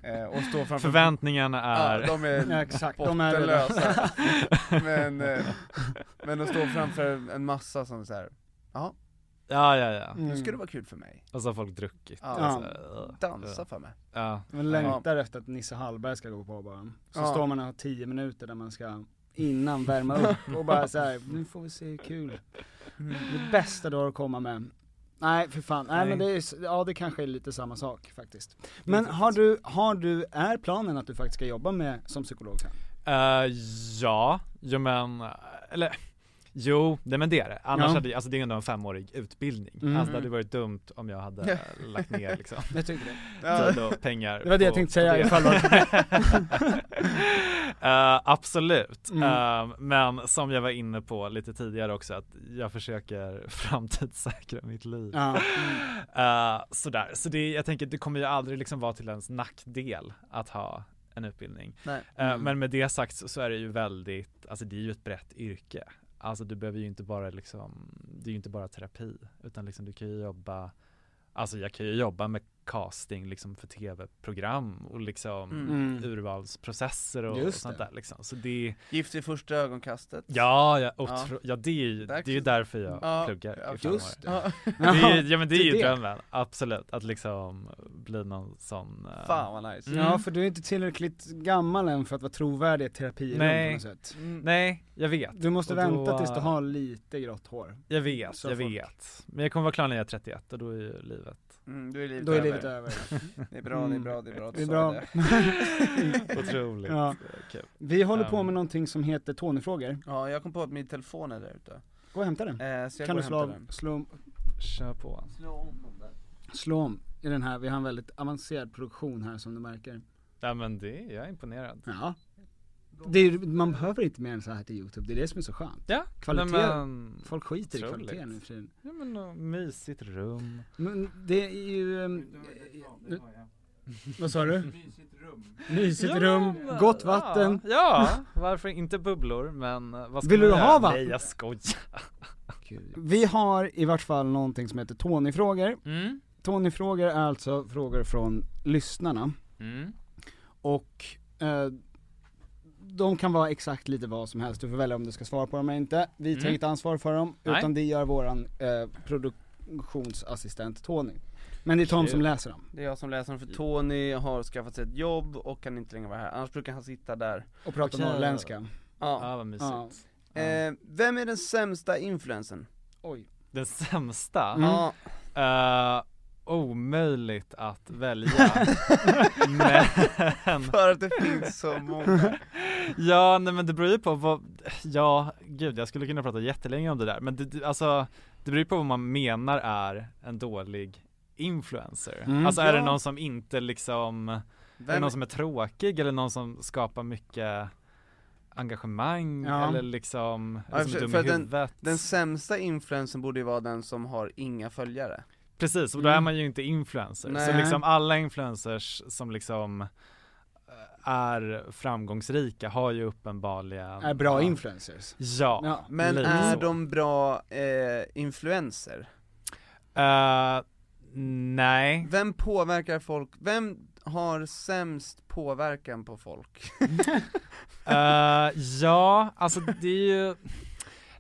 Speaker 1: eh, och står framför...
Speaker 4: Förväntningarna är...
Speaker 1: Ja, de är
Speaker 5: Ja, exakt, de är redan-
Speaker 1: bottenlösa. men, eh, men de står framför en massa som såhär, ja,
Speaker 4: Ja, ja, ja.
Speaker 1: nu ska det vara kul för mig.
Speaker 4: Och så har folk druckit.
Speaker 1: Ja.
Speaker 4: och så här, ugh.
Speaker 1: Dansa för mig.
Speaker 4: Ja.
Speaker 5: Man längtar efter att Nisse Hallberg ska gå på bara. Så
Speaker 1: Ja.
Speaker 5: står man och har 10 minuter där man ska innan värma upp och bara så här, nu får vi se hur kul. Det bästa du har att komma med. Nej för fan, nej,
Speaker 4: Nej.
Speaker 5: men det är, s- ja det kanske är lite samma sak faktiskt. Men har du, har du, är planen att du faktiskt ska jobba med, som psykolog sen?
Speaker 4: Eh, ja, jo men, eh, eller Jo, nej men det är det. Annars
Speaker 5: Ja.
Speaker 4: hade, alltså det är ändå en femårig utbildning.
Speaker 5: Mm.
Speaker 4: Alltså det hade varit dumt om jag hade eh, lagt ner liksom
Speaker 5: Jag tycker det.
Speaker 4: tid och pengar
Speaker 5: Det var det jag
Speaker 4: på-
Speaker 5: tänkte
Speaker 4: på
Speaker 5: säga,
Speaker 4: det.
Speaker 5: ifall
Speaker 4: Eh, absolut,
Speaker 5: Mm.
Speaker 4: Eh, men som jag var inne på lite tidigare också att jag försöker framtidssäkra mitt liv.
Speaker 5: Ja.
Speaker 4: Eh, sådär, så det, jag tänker det kommer ju aldrig liksom vara till ens nackdel att ha en utbildning.
Speaker 1: Nej.
Speaker 4: Eh,
Speaker 5: Mm.
Speaker 4: Men med det sagt så, så är det ju väldigt, alltså det är ju ett brett yrke. Alltså du behöver ju inte bara liksom, det är ju inte bara terapi, utan liksom du kan ju jobba, alltså jag kan ju jobba med casting liksom för tv-program och liksom
Speaker 1: Mm.
Speaker 4: urvalsprocesser och, och
Speaker 5: Just
Speaker 4: sånt
Speaker 5: det.
Speaker 4: där liksom. Så det,
Speaker 1: Gift i första ögonkastet.
Speaker 4: ja, ja, och
Speaker 1: Ja.
Speaker 4: tro, ja det är ju, det
Speaker 1: Där-
Speaker 4: är ju därför jag
Speaker 1: Ja,
Speaker 4: pluggar
Speaker 1: ja,
Speaker 4: i fem
Speaker 5: just
Speaker 4: år.
Speaker 1: Ja,
Speaker 4: Det är, ju- ja men det är
Speaker 5: till
Speaker 4: ju
Speaker 5: det.
Speaker 4: drömmen, absolut, att liksom bli någon sån eh,
Speaker 1: fan vad nice.
Speaker 5: Ja för du är inte tillräckligt gammal än för att vara trovärdig i ett terapirum
Speaker 4: Nej.
Speaker 5: på något sätt.
Speaker 4: Nej, jag vet,
Speaker 5: Du måste
Speaker 4: Och då- eh,
Speaker 5: vänta tills du har lite grått hår.
Speaker 4: jag vet,
Speaker 5: Så
Speaker 4: jag
Speaker 5: folk-
Speaker 4: vet Men jag kommer vara klar när jag är 31 och då är ju livet
Speaker 1: Mm, då är livet
Speaker 5: Då är
Speaker 1: över.
Speaker 5: livet över.
Speaker 1: Det är bra, det är bra, det är bra att
Speaker 5: Det
Speaker 1: du sa
Speaker 5: är bra.
Speaker 1: det.
Speaker 4: otroligt
Speaker 5: Ja.
Speaker 4: eh, kul
Speaker 5: Vi håller på
Speaker 4: Ehm.
Speaker 5: med någonting som heter Tonyfrågor.
Speaker 1: Ja, jag kom på att min telefon är där ute.
Speaker 5: Gå och hämta den.
Speaker 1: Eh, så jag
Speaker 5: Kan
Speaker 1: går
Speaker 5: du
Speaker 1: och
Speaker 5: slå,
Speaker 1: hämtar
Speaker 5: av-
Speaker 1: den.
Speaker 5: slå,
Speaker 4: Kör på
Speaker 5: slå om i den här? Vi har en väldigt avancerad produktion här som du märker.
Speaker 4: Nej men det, jag är imponerad
Speaker 5: Ja. Det är, ju- man behöver inte mer än så här till YouTube, det är det som är så skönt.
Speaker 4: Ja,
Speaker 5: Kvalitet.
Speaker 4: Nej, men,
Speaker 5: Folk skiter i
Speaker 4: Otroligt.
Speaker 5: kvaliteten nu för tiden.
Speaker 4: ja, men och mysigt rum
Speaker 5: Men det är ju... ehm, nu- Vad sa du? Mysigt
Speaker 4: Ja,
Speaker 5: rum,
Speaker 4: men-
Speaker 5: gott vatten.
Speaker 4: Ja, ja varför inte bubblor men eh, vad ska
Speaker 5: Vill
Speaker 4: man
Speaker 5: du
Speaker 4: göra?
Speaker 5: ha vatten?
Speaker 4: Nej jag skojar
Speaker 5: Vi har i vart fall någonting som heter Tonyfrågor.
Speaker 4: mm.
Speaker 5: Tonyfrågor är alltså frågor från lyssnarna.
Speaker 4: Mm.
Speaker 5: Och eh, de kan vara exakt lite vad som helst, du får välja om du ska svara på dem eller inte. Vi tar
Speaker 4: Mm.
Speaker 5: inte ansvar för dem,
Speaker 4: Nej.
Speaker 5: utan det gör våran eh, produktionsassistent Tony. Men det är Tom
Speaker 4: Kul.
Speaker 5: som läser dem,
Speaker 1: Det är jag som läser den för Tony har skaffat sig ett jobb och kan inte längre vara här, annars brukar han sitta där.
Speaker 5: och pratar
Speaker 4: Okej.
Speaker 5: norrländska.
Speaker 1: Ja.
Speaker 4: Ja vad mysigt
Speaker 5: Ja.
Speaker 1: Eh, vem är den sämsta influensen?
Speaker 5: Oj.
Speaker 4: Den sämsta?
Speaker 1: Ja,
Speaker 4: Eh, omöjligt att välja Men
Speaker 1: för att det finns så många.
Speaker 4: Ja, nej men det beror ju på vad, ja gud jag skulle kunna prata jättelänge om det där men det- det, alltså det beror ju på vad man menar är en dålig influencer.
Speaker 5: Mm.
Speaker 4: alltså är det
Speaker 1: Ja.
Speaker 4: någon som inte liksom, är det
Speaker 1: Vem,
Speaker 4: någon som är tråkig eller någon som skapar mycket engagemang
Speaker 5: Ja.
Speaker 4: eller liksom,
Speaker 1: Ja,
Speaker 4: eller
Speaker 1: för-
Speaker 4: som är dum
Speaker 1: för
Speaker 4: i
Speaker 1: att den-
Speaker 4: huvudet.
Speaker 1: den sämsta influensen borde ju vara den som har inga följare.
Speaker 4: Precis, och då
Speaker 5: Mm.
Speaker 4: är man ju inte influencer.
Speaker 1: Nej.
Speaker 4: Så liksom alla influencers som liksom eh, är framgångsrika har ju uppenbarligen
Speaker 5: Är
Speaker 4: ja.
Speaker 5: bra influencers.
Speaker 4: Ja,
Speaker 5: Ja.
Speaker 1: Men
Speaker 4: lite
Speaker 1: är
Speaker 4: så.
Speaker 1: de bra eh, influenser?
Speaker 4: Eh, nej.
Speaker 1: Vem påverkar folk? Vem har sämst påverkan på folk?
Speaker 4: Eh, ja, alltså det är ju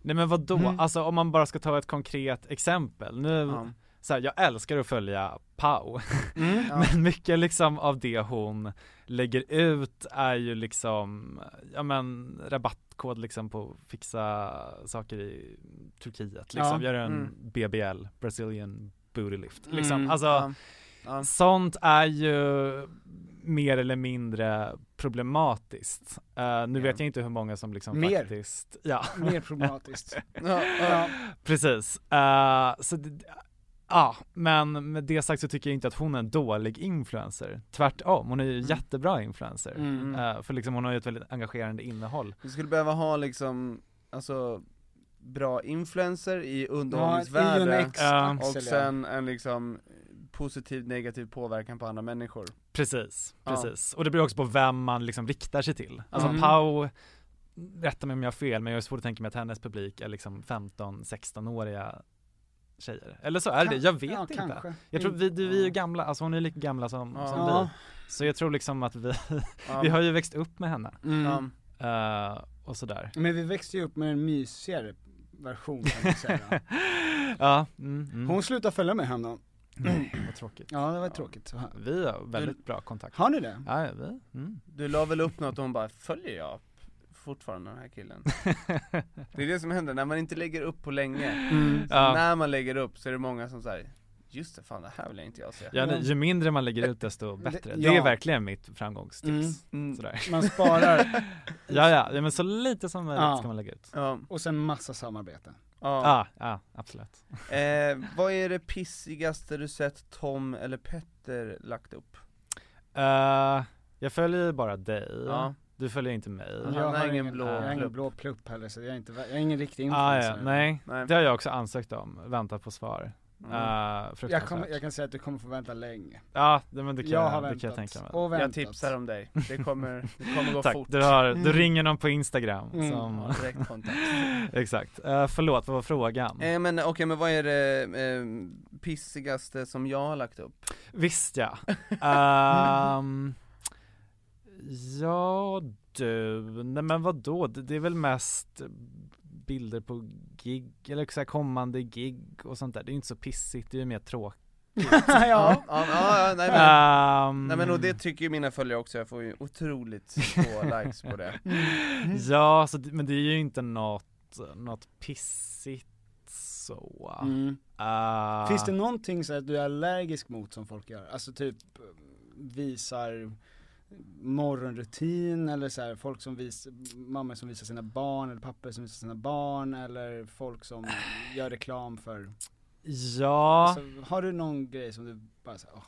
Speaker 4: Nej men vadå,
Speaker 5: Mm.
Speaker 4: alltså om man bara ska ta ett konkret exempel nu,
Speaker 1: Ja. Mm.
Speaker 4: så här, jag älskar att följa Pau
Speaker 1: Ja.
Speaker 4: Men mycket liksom av det hon lägger ut är ju liksom, ja men rabattkod liksom på fixa saker i Turkiet liksom,
Speaker 5: Ja.
Speaker 4: gör en
Speaker 1: Mm.
Speaker 4: BBL, Brazilian booty lift liksom,
Speaker 5: Mm.
Speaker 4: alltså
Speaker 1: Ja. Ja.
Speaker 4: Sånt är ju mer eller mindre problematiskt. Eh, nu
Speaker 1: Ja.
Speaker 4: vet jag inte hur många som liksom
Speaker 5: Mer.
Speaker 4: faktiskt, ja
Speaker 5: Mer problematiskt.
Speaker 1: Ja, ja.
Speaker 5: ja.
Speaker 4: precis. Eh, så det, ja, men med det sagt så tycker jag inte att hon är en dålig influencer. Tvärtom, hon är ju jättebra influencer.
Speaker 5: Mm.
Speaker 4: Eh, för liksom hon har ju ett väldigt engagerande innehåll.
Speaker 1: Vi skulle behöva ha liksom, alltså bra influencer i
Speaker 5: Ja, det är ju en
Speaker 1: underhållningsvärde
Speaker 4: Ja.
Speaker 5: X-axel
Speaker 1: och sen en liksom positiv negativ påverkan på andra människor.
Speaker 4: Precis,
Speaker 1: Ja.
Speaker 4: precis. Och det beror också på vem man liksom riktar sig till. Alltså
Speaker 5: Mm.
Speaker 4: Pau, rätta mig om jag har fel, men jag har svårt att tänka mig att hennes publik är liksom 15-16-åriga tjejer. Eller så är det, jag vet
Speaker 5: ja,
Speaker 4: inte.
Speaker 5: Kanske.
Speaker 4: Jag tror vi, du, vi är ju gamla, alltså hon är lika gamla som,
Speaker 1: Ja.
Speaker 4: som
Speaker 5: Ja,
Speaker 4: vi. Så jag tror liksom att vi,
Speaker 5: Ja.
Speaker 4: vi har ju växt upp med henne.
Speaker 5: Mm. Ja.
Speaker 4: Eh, och sådär.
Speaker 5: Men vi växte ju upp med en mysigare version kan man säga.
Speaker 4: Ja, mm, mm.
Speaker 5: Hon slutade följa mig häromdagen.
Speaker 4: Nej, vad tråkigt.
Speaker 5: Ja det var tråkigt. Så här.
Speaker 4: Vi har väldigt bra kontakt.
Speaker 5: Har ni det?
Speaker 4: Ja, ja, vi. Mm.
Speaker 1: Du la väl upp något och hon bara, följer jag fortfarande den här killen? det är det som händer, när man inte lägger upp på länge,
Speaker 4: Mm.
Speaker 1: så
Speaker 4: Ja.
Speaker 1: när man lägger upp så är det många som säger Just det, fan det här vill jag inte jag se
Speaker 4: Ja, nej, ju mindre man lägger ut desto bättre. Det
Speaker 1: ja.
Speaker 4: är verkligen mitt framgångstips.
Speaker 1: Mm.
Speaker 4: Sådär.
Speaker 5: Man sparar.
Speaker 4: ja, ja, ja, men så lite som möjligt ska man lägga ut.
Speaker 1: Ja,
Speaker 5: Och sen massa samarbete.
Speaker 4: Ja,
Speaker 1: ja.
Speaker 4: ah, ja, absolut.
Speaker 1: Eh, vad är det pissigaste du sett Tom eller Petter lagt upp?
Speaker 4: Eh, jag följer ju bara dig.
Speaker 1: Ja.
Speaker 4: Du följer inte mig.
Speaker 1: Han har ingen blå
Speaker 5: jag har ingen
Speaker 1: plupp.
Speaker 5: blå plupp heller så jag är, inte, jag är ingen riktig
Speaker 4: Ah,
Speaker 5: influencer.
Speaker 4: ja, nej.
Speaker 1: Nej.
Speaker 4: Det har jag också ansökt om, väntar på svar.
Speaker 1: Mm.
Speaker 4: Eh,
Speaker 5: Jag,
Speaker 4: fruktansvärt.
Speaker 5: kommer, jag kan säga att du kommer få vänta länge.
Speaker 4: Ja, det- men det kan
Speaker 5: jag
Speaker 4: jag,
Speaker 5: har
Speaker 4: det kan jag
Speaker 5: väntat.
Speaker 4: tänka mig.
Speaker 5: och
Speaker 1: Jag
Speaker 5: väntat.
Speaker 1: tipsar om dig, det kommer, det kommer gå
Speaker 4: Tack,
Speaker 1: fort
Speaker 4: du, har, du
Speaker 5: Mm.
Speaker 4: ringer någon på Instagram
Speaker 5: Mm.
Speaker 4: som...
Speaker 1: ja, direkt kontakt.
Speaker 4: Exakt. Eh, förlåt, vad var frågan?
Speaker 1: Eh, men okej, men vad är det eh, pissigaste som jag har lagt upp?
Speaker 4: Visst ja. Ehm, ja du, nej men vadå, det, det är väl mest bilder på gig, eller så här kommande gig och sånt där. Det är ju inte så pissigt, det är ju mer tråkigt.
Speaker 1: ja, ja, ja, nej men
Speaker 4: Ehm,
Speaker 1: Nej men och det tycker ju mina följare också, jag får ju otroligt få likes på det
Speaker 4: mm.
Speaker 1: Mm.
Speaker 4: Ja, så, det- men det är ju inte något, något pissigt så.
Speaker 5: Mm.
Speaker 4: Ehm,
Speaker 5: Finns det någonting så att du är allergisk mot som folk gör? Alltså typ eh, visar morgonrutin eller så här, folk som visar, mammor som visar sina barn eller pappor som visar sina barn eller folk som gör reklam för,
Speaker 4: Ja.
Speaker 5: alltså, har du någon grej som du bara såhär, åh,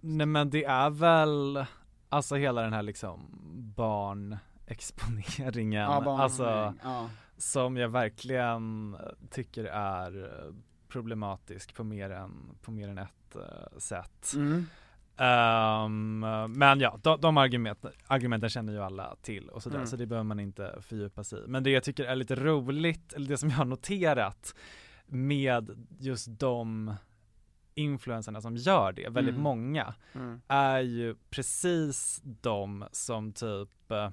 Speaker 4: Nej men det är väl, alltså hela den här liksom barnexponeringen,
Speaker 5: ja, barn,
Speaker 4: alltså
Speaker 5: ja.
Speaker 4: som jag verkligen tycker är eh, problematisk på mer än, på mer än ett eh, sätt.
Speaker 5: Mm.
Speaker 4: Ehm, men ja, de, de argumenten, argumenten känner ju alla till och sådär,
Speaker 1: Mm.
Speaker 4: så det behöver man inte fördjupa sig i. Men det jag tycker är lite roligt, eller det som jag har noterat med just de influenserna som gör det, väldigt
Speaker 5: Mm.
Speaker 4: många,
Speaker 1: mm.
Speaker 4: är ju precis de som typ eh,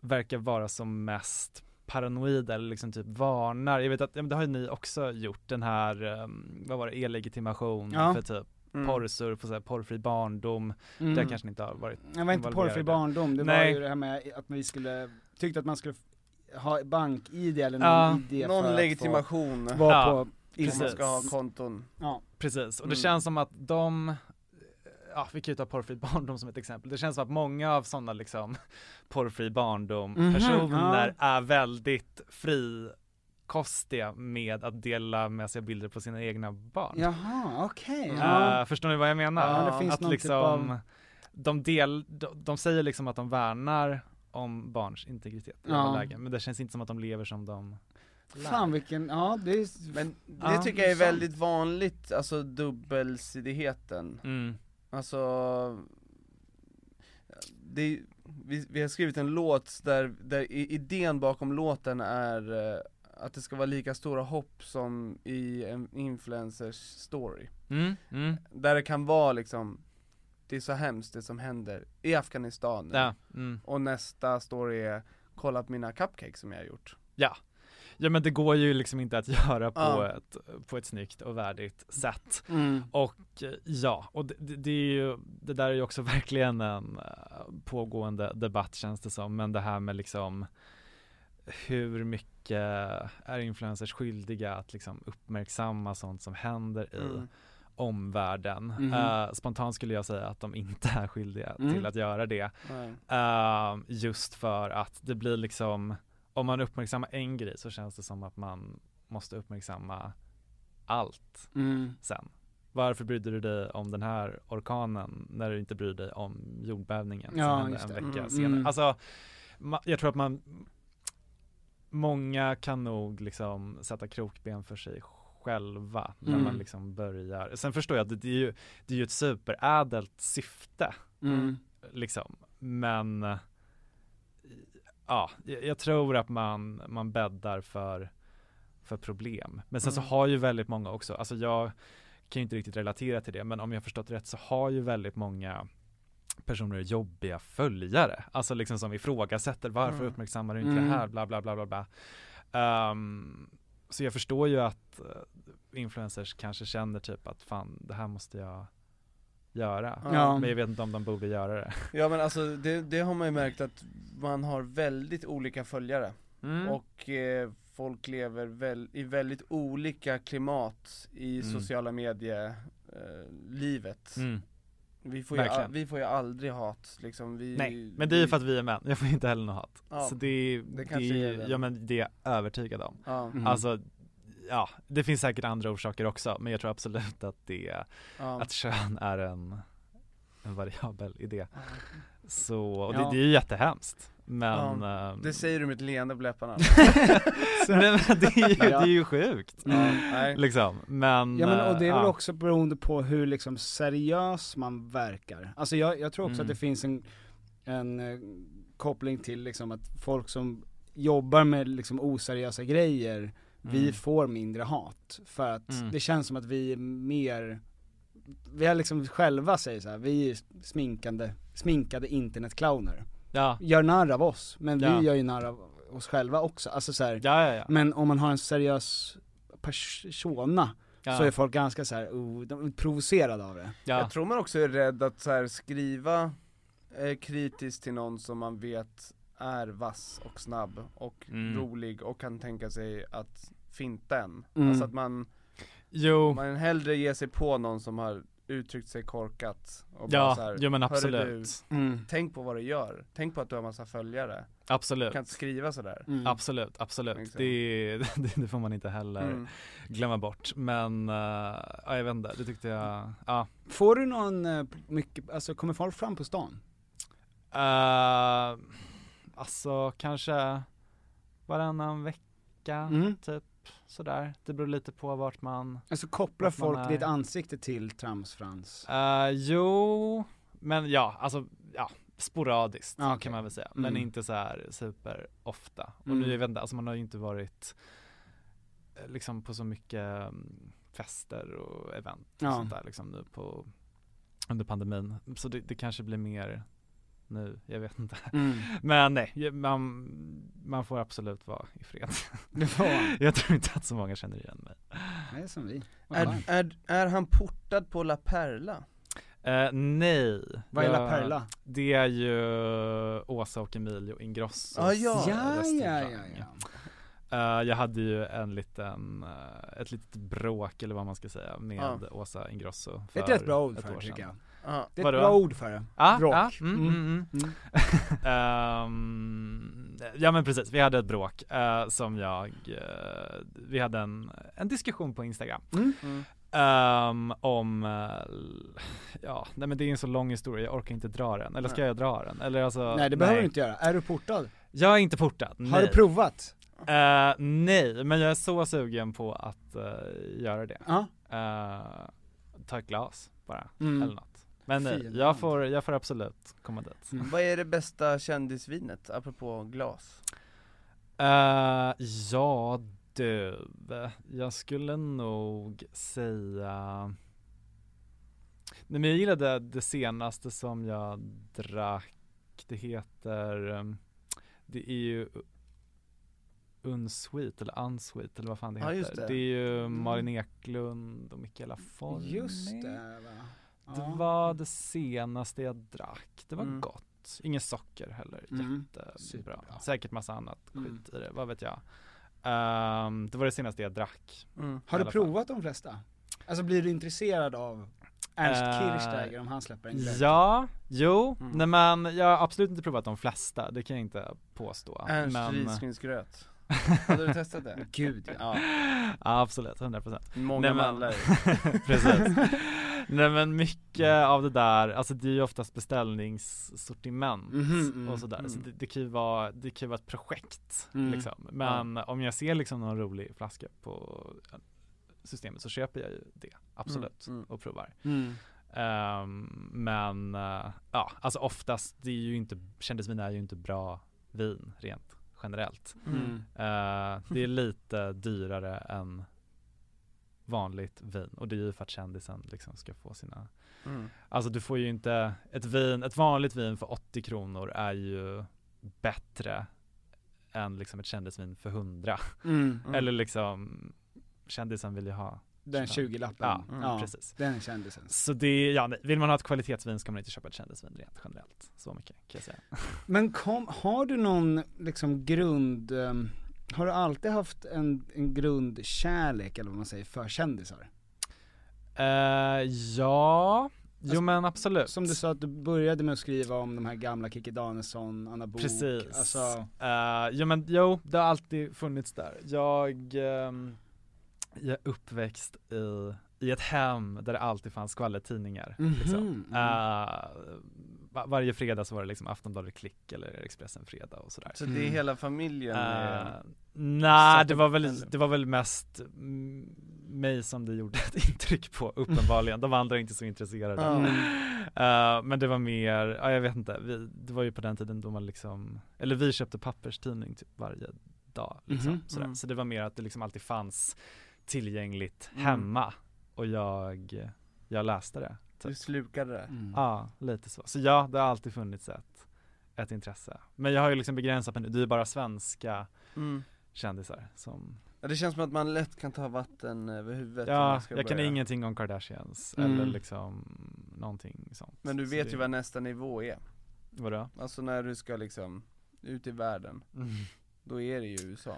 Speaker 4: verkar vara som mest paranoida eller liksom typ varnar. Jag vet att, ja, men det har ju ni också gjort den här, eh, vad var det, e-legitimation
Speaker 5: Ja.
Speaker 4: för typ
Speaker 1: Mm.
Speaker 4: porrsurf och så här porrfri barndom.
Speaker 5: Mm.
Speaker 4: Det kanske ni inte har varit.
Speaker 5: Jag var inte
Speaker 4: involverade.
Speaker 5: porrfri barndom, det
Speaker 4: Nej.
Speaker 5: var ju det här med att vi skulle, tyckte att man skulle f- ha bank-id eller någon
Speaker 4: Ja.
Speaker 5: id för
Speaker 1: Någon
Speaker 5: att
Speaker 1: legitimation,
Speaker 5: få vara
Speaker 4: Ja,
Speaker 5: på
Speaker 1: om man
Speaker 4: precis.
Speaker 1: ska ha konton
Speaker 5: Ja.
Speaker 4: Precis, och det
Speaker 1: Mm.
Speaker 4: känns som att de Ja, vi kan ju ta porrfri barndom som ett exempel. Det känns som att många av sådana liksom porrfri
Speaker 5: Mhm,
Speaker 4: barndom personer är väldigt frikostiga med att dela med sig av bilder på sina egna barn.
Speaker 5: Jaha, okej.
Speaker 4: Eh,
Speaker 5: Ja.
Speaker 4: förstår ni vad jag menar?
Speaker 5: Ja, det finns
Speaker 4: att
Speaker 5: någon typ
Speaker 4: liksom,
Speaker 5: av-
Speaker 4: de, del, de, de säger liksom att de värnar om barns integritet i
Speaker 5: Ja.
Speaker 4: alla lägen, men det känns inte som att de lever som de
Speaker 5: Fan vilken, ja det är,
Speaker 1: Men det
Speaker 4: Ja,
Speaker 1: tycker jag är
Speaker 5: sant.
Speaker 1: väldigt vanligt, alltså dubbelsidigheten
Speaker 4: mm.
Speaker 1: Alltså, det, vi, vi har skrivit en låt där, där i- idén bakom låten är eh, att det ska vara lika stora hopp som i en influencers story
Speaker 4: Mm, mm,
Speaker 1: Där det kan vara liksom, det är så hemskt det som händer i Afghanistan nu.
Speaker 4: ja, mm.
Speaker 1: Och nästa story är, kolla på mina cupcakes som jag har gjort
Speaker 4: Ja men det går ju liksom inte att göra på,
Speaker 1: Ja.
Speaker 4: ett, på ett snyggt och värdigt sätt. Och eh, ja, och det, det, det, är ju, det där är ju också verkligen en eh, pågående debatt känns det som, men det här med liksom hur mycket är influencers skyldiga att liksom uppmärksamma sånt som händer i
Speaker 1: Mm.
Speaker 4: omvärlden.
Speaker 5: Mhm.
Speaker 4: Eh, spontant skulle jag säga att de inte är skyldiga
Speaker 5: Mm.
Speaker 4: till att göra det.
Speaker 1: Nej.
Speaker 4: Ehm, just för att det blir liksom, om man uppmärksammar en grej så känns det som att man måste uppmärksamma allt
Speaker 5: mm.
Speaker 4: sen. Varför brydde du dig om den här orkanen när du inte bryr dig om jordbävningen
Speaker 5: Ja,
Speaker 4: som hände
Speaker 5: just
Speaker 4: en
Speaker 5: det.
Speaker 4: vecka
Speaker 1: Mm,
Speaker 4: senare?
Speaker 5: mm.
Speaker 4: Alltså, ma- jag tror att man, många kan nog liksom sätta krokben för sig själva när
Speaker 5: Mm.
Speaker 4: man liksom börjar. Sen förstår jag att det, det är ju, det är ju ett superädelt syfte
Speaker 5: Mm.
Speaker 4: liksom. Men eh, ja, jag, jag tror att man, man bäddar för, för problem. Men sen
Speaker 1: Mm.
Speaker 4: så har ju väldigt många också, alltså jag kan ju inte riktigt relatera till det, men om jag har förstått rätt så har ju väldigt många personer är jobbiga följare, alltså liksom som ifrågasätter varför
Speaker 8: Mm.
Speaker 4: uppmärksammar du inte
Speaker 8: Mm.
Speaker 4: det här, bla bla bla bla bla. Ehm, så jag förstår ju att eh, influencers kanske känner typ att fan det här måste jag göra.
Speaker 8: Ja.
Speaker 4: Men jag vet inte om de borde göra det.
Speaker 1: Ja men alltså det, det har man ju märkt att man har väldigt olika följare
Speaker 4: Mm.
Speaker 1: och eh, folk lever väl, i väldigt olika klimat i
Speaker 4: Mm.
Speaker 1: sociala medier eh, livet.
Speaker 4: Mm.
Speaker 1: Vi, får ju, a-
Speaker 4: Verkligen.
Speaker 1: vi får ju aldrig hat liksom. Vi,
Speaker 4: Nej, men det är ju för att vi är män, jag får inte heller något hat.
Speaker 1: Ja,
Speaker 4: så det, det,
Speaker 1: kanske
Speaker 4: är,
Speaker 1: är det.
Speaker 4: ja men det är jag övertygad om.
Speaker 1: Ja. Mm.
Speaker 4: Alltså, ja, det finns säkert andra orsaker också, men jag tror absolut att det,
Speaker 1: Ja.
Speaker 4: att kön är en, en variabel i det. Så, och det,
Speaker 1: Ja.
Speaker 4: det är ju jättehemskt, men
Speaker 1: Ja.
Speaker 4: ehm,
Speaker 1: Det säger du med ett leende på läpparna.
Speaker 4: Nej, men det, är ju, det är ju sjukt,
Speaker 1: Ja, nej.
Speaker 4: liksom, men
Speaker 5: Ja men och
Speaker 4: eh,
Speaker 5: det är väl
Speaker 4: ja.
Speaker 5: också beroende på hur liksom seriös man verkar. Alltså jag, jag tror också
Speaker 4: Mm.
Speaker 5: att det finns en, en eh, koppling till liksom att folk som jobbar med liksom oseriösa grejer, vi
Speaker 4: Mm.
Speaker 5: får mindre hat. För att
Speaker 4: Mm.
Speaker 5: det känns som att vi är mer, vi har liksom själva säger så här, vi är sminkande, sminkade internetclowner.
Speaker 4: Ja.
Speaker 5: Gör narr av oss, men
Speaker 4: Ja.
Speaker 5: vi gör ju narr av oss själva också. Alltså så här,
Speaker 4: Ja, ja, ja.
Speaker 5: men om man har en seriös persona
Speaker 4: Ja.
Speaker 5: så är folk ganska så här, oh, de är provocerade av det.
Speaker 4: Ja.
Speaker 1: Jag tror man också är rädd att så här, skriva eh, kritiskt till någon som man vet är vass och snabb och
Speaker 4: Mm.
Speaker 1: rolig och kan tänka sig att finta en.
Speaker 4: Mm.
Speaker 1: Alltså att man,
Speaker 4: Jo.
Speaker 1: man hellre ger sig på någon som har uttryckt sig korkat och bara
Speaker 4: Ja,
Speaker 1: så här,
Speaker 4: jo, men
Speaker 1: "Hörru
Speaker 4: absolut.
Speaker 1: Du,
Speaker 4: Mm.
Speaker 1: Tänk på vad du gör, tänk på att du har massa följare.
Speaker 4: Absolut.
Speaker 1: Du kan inte skriva sådär.
Speaker 4: Absolut, absolut.
Speaker 1: Mm. Exakt.
Speaker 4: Det, det, det får man inte heller
Speaker 1: Mm.
Speaker 4: glömma bort. Men, eh, ja jag vet inte, det tyckte jag, ja.
Speaker 5: Får du någon, eh, mycket, alltså kommer folk fram på stan?
Speaker 4: Uh, alltså kanske varannan vecka,
Speaker 5: Mm.
Speaker 4: typ sådär. Det beror lite på vart man
Speaker 5: Alltså kopplar
Speaker 4: vart man
Speaker 5: folk
Speaker 4: är.
Speaker 5: ditt ansikte till tramsfrans?
Speaker 4: Eh, jo, men ja, alltså ja, sporadiskt
Speaker 5: Ah, okej.
Speaker 4: kan man väl säga. Men
Speaker 5: Mm.
Speaker 4: inte så här super ofta. Och
Speaker 5: Mm.
Speaker 4: nu, jag vet inte, alltså man har ju inte varit eh, liksom på så mycket mm, fester och event och
Speaker 5: Ja.
Speaker 4: sånt där liksom nu på under pandemin. Så det, det kanske blir mer nu, jag vet inte.
Speaker 5: Mm.
Speaker 4: Men nej, ju- man, man får absolut vara i fred.
Speaker 5: Det får man.
Speaker 4: Jag tror inte att så många känner igen mig.
Speaker 5: Det är som vi. Vad
Speaker 1: Är,
Speaker 5: skönt.
Speaker 1: är, är han portad på La Perla?
Speaker 4: Eh, nej.
Speaker 5: Vad är La
Speaker 4: Jag-
Speaker 5: Perla?
Speaker 4: Det är ju Åsa och Emilio Ingrossos
Speaker 5: Ah, ja.
Speaker 4: eh,
Speaker 5: Ja, ja,
Speaker 4: restaurang.
Speaker 5: ja,
Speaker 4: Eh, jag hade ju en liten, eh, ett litet bråk eller vad man ska säga med
Speaker 5: Ja.
Speaker 4: Åsa Ingrosso
Speaker 5: Det är ett
Speaker 4: för
Speaker 5: rätt bra ord
Speaker 4: ett
Speaker 5: för
Speaker 4: år
Speaker 5: det tycker
Speaker 4: sedan.
Speaker 5: jag.
Speaker 1: Ja.
Speaker 5: Det är ett
Speaker 4: Vadå?
Speaker 5: bra ord för det.
Speaker 4: Ja,
Speaker 5: Bråk.
Speaker 4: ja, mm,
Speaker 5: Mm.
Speaker 4: mm, mm. Ehm, ja men precis, vi hade ett bråk eh, som jag, eh, vi hade en, en diskussion på Instagram
Speaker 5: Mm.
Speaker 1: Mm.
Speaker 4: Ehm, om, eh, l- ja nej men det är en så lång historia, jag orkar inte dra den, eller ska
Speaker 5: Nej.
Speaker 4: jag dra den? Eller alltså,
Speaker 5: Nej det behöver du inte göra. Är du portad?
Speaker 4: Jag är inte portad,
Speaker 5: Har
Speaker 4: nej.
Speaker 5: du provat?
Speaker 4: Eh, nej, men jag är så sugen på att eh, göra det.
Speaker 5: Ja.
Speaker 4: Eh, ta ett glas bara,
Speaker 1: Mm.
Speaker 4: eller något. Men nej,
Speaker 1: Fin
Speaker 4: jag får, jag får absolut komma dit.
Speaker 1: Vad är det bästa kändisvinet, apropå glas?
Speaker 4: Eh, ja du, jag skulle nog säga Nej men jag gillade det senaste som jag drack, det heter, ehm, det är ju Unsweet eller Unsweet eller vad fan det
Speaker 5: Ja,
Speaker 4: heter.
Speaker 5: just det.
Speaker 4: det. är ju
Speaker 5: Mm.
Speaker 4: Malin Eklund och Mikaela Forni.
Speaker 5: Just det va.
Speaker 4: Det
Speaker 5: Ja.
Speaker 4: var det senaste jag drack, det var
Speaker 5: Mm.
Speaker 4: gott. Inget socker heller,
Speaker 5: Mm.
Speaker 4: jättebra.
Speaker 5: Superbra.
Speaker 4: Säkert massa annat skit
Speaker 5: Mm.
Speaker 4: i det, vad vet jag. Ehm, det var det senaste jag drack.
Speaker 1: Mm.
Speaker 4: i
Speaker 5: Har du
Speaker 4: alla fall.
Speaker 5: provat de flesta? Alltså blir du intresserad av Ernst
Speaker 4: Eh,
Speaker 5: Kirchsteiger om han släpper en glögg?
Speaker 4: Ja, jo,
Speaker 5: Mm.
Speaker 4: nej men jag har absolut inte provat de flesta, det kan jag inte påstå.
Speaker 1: Ernst
Speaker 4: men...
Speaker 1: risgrynsgröt. Hade du testat det?
Speaker 5: Gud
Speaker 1: ja.
Speaker 4: Ja, absolut, 100% procent.
Speaker 1: Många mandlar.
Speaker 4: Precis. Nej men mycket av det där, alltså det är ju oftast beställningssortiment
Speaker 5: Mhm, mm,
Speaker 4: och sådär. Så
Speaker 5: mm.
Speaker 4: det, det, kan ju vara, det kan ju vara ett projekt
Speaker 5: Mm.
Speaker 4: liksom. Men om jag ser liksom någon rolig flaska på systemet så köper jag ju det, absolut,
Speaker 1: Mm, mm.
Speaker 4: och provar.
Speaker 5: Mm.
Speaker 4: Ehm, men eh, ja, alltså oftast, det är ju inte, kändisvin är ju inte bra vin rent generellt.
Speaker 1: Mm.
Speaker 4: Eh, det är lite dyrare än vanligt vin och det är ju för att kändisen liksom ska få sina
Speaker 8: Mm.
Speaker 4: Alltså du får ju inte, ett vin, ett vanligt vin för 80 kronor är ju bättre än liksom ett kändisvin för 100.
Speaker 5: Mm, mm.
Speaker 4: Eller liksom, kändisen vill ju ha.
Speaker 5: Den 20-lappen.
Speaker 4: Ja,
Speaker 5: Mm.
Speaker 4: precis.
Speaker 5: Den kändisen.
Speaker 4: Så det, ja, nej, vill man ha ett kvalitetsvin ska man inte köpa ett kändisvin rent generellt. Så mycket kan jag säga.
Speaker 5: Men kom, har du någon liksom grund, ehm, har du alltid haft en, en grundkärlek eller vad man säger för kändisar?
Speaker 4: Eh, ja, jo men absolut.
Speaker 5: Alltså, Som du sa att du började med att skriva om de här gamla Kikki Danielsson, Anna Bok,
Speaker 4: Precis.
Speaker 5: alltså
Speaker 4: Eh, jo men jo, det har alltid funnits där. Jag, ehm, jag är uppväxt i, i ett hem där det alltid fanns skvallertidningar. liksom.
Speaker 5: Mhm, mhm.
Speaker 4: Eh, va- varje fredag så var det liksom Aftonbladet Klick eller Expressen Fredag och sådär.
Speaker 1: Så
Speaker 5: Mm.
Speaker 1: det är hela familjen
Speaker 4: Eh,
Speaker 1: eh,
Speaker 4: Nej,
Speaker 1: satt
Speaker 4: det
Speaker 1: upp
Speaker 4: var, väl,
Speaker 1: eller?
Speaker 4: det var väl mest mm, mig som det gjorde ett intryck på uppenbarligen. De andra är inte så intresserade.
Speaker 1: Ja.
Speaker 4: Eh, men det var mer, ja jag vet inte, vi, det var ju på den tiden då man liksom, eller vi köpte papperstidning typ varje dag. Liksom,
Speaker 5: Mhm.
Speaker 4: sådär.
Speaker 1: Mm.
Speaker 4: Så det var mer att det liksom alltid fanns tillgängligt
Speaker 1: Mm.
Speaker 4: hemma och jag, jag läste det. typ.
Speaker 1: Du slukade det.
Speaker 5: mm.
Speaker 4: Ja, lite så. Så ja, det har alltid funnits ett, ett intresse. Men jag har ju liksom begränsat mig nu, det är ju bara svenska
Speaker 1: Mm.
Speaker 4: kändisar som
Speaker 1: Ja, det känns som att man lätt kan ta vatten över huvudet när
Speaker 4: Ja,
Speaker 1: man ska
Speaker 4: jag kan
Speaker 1: börja.
Speaker 4: ingenting om Kardashians
Speaker 5: Mm.
Speaker 4: eller liksom någonting sånt
Speaker 1: Men du
Speaker 4: Så
Speaker 1: vet
Speaker 4: det-
Speaker 1: ju vad nästa nivå är.
Speaker 4: Vadå?
Speaker 1: Alltså när du ska liksom ut i världen, då är det ju USA.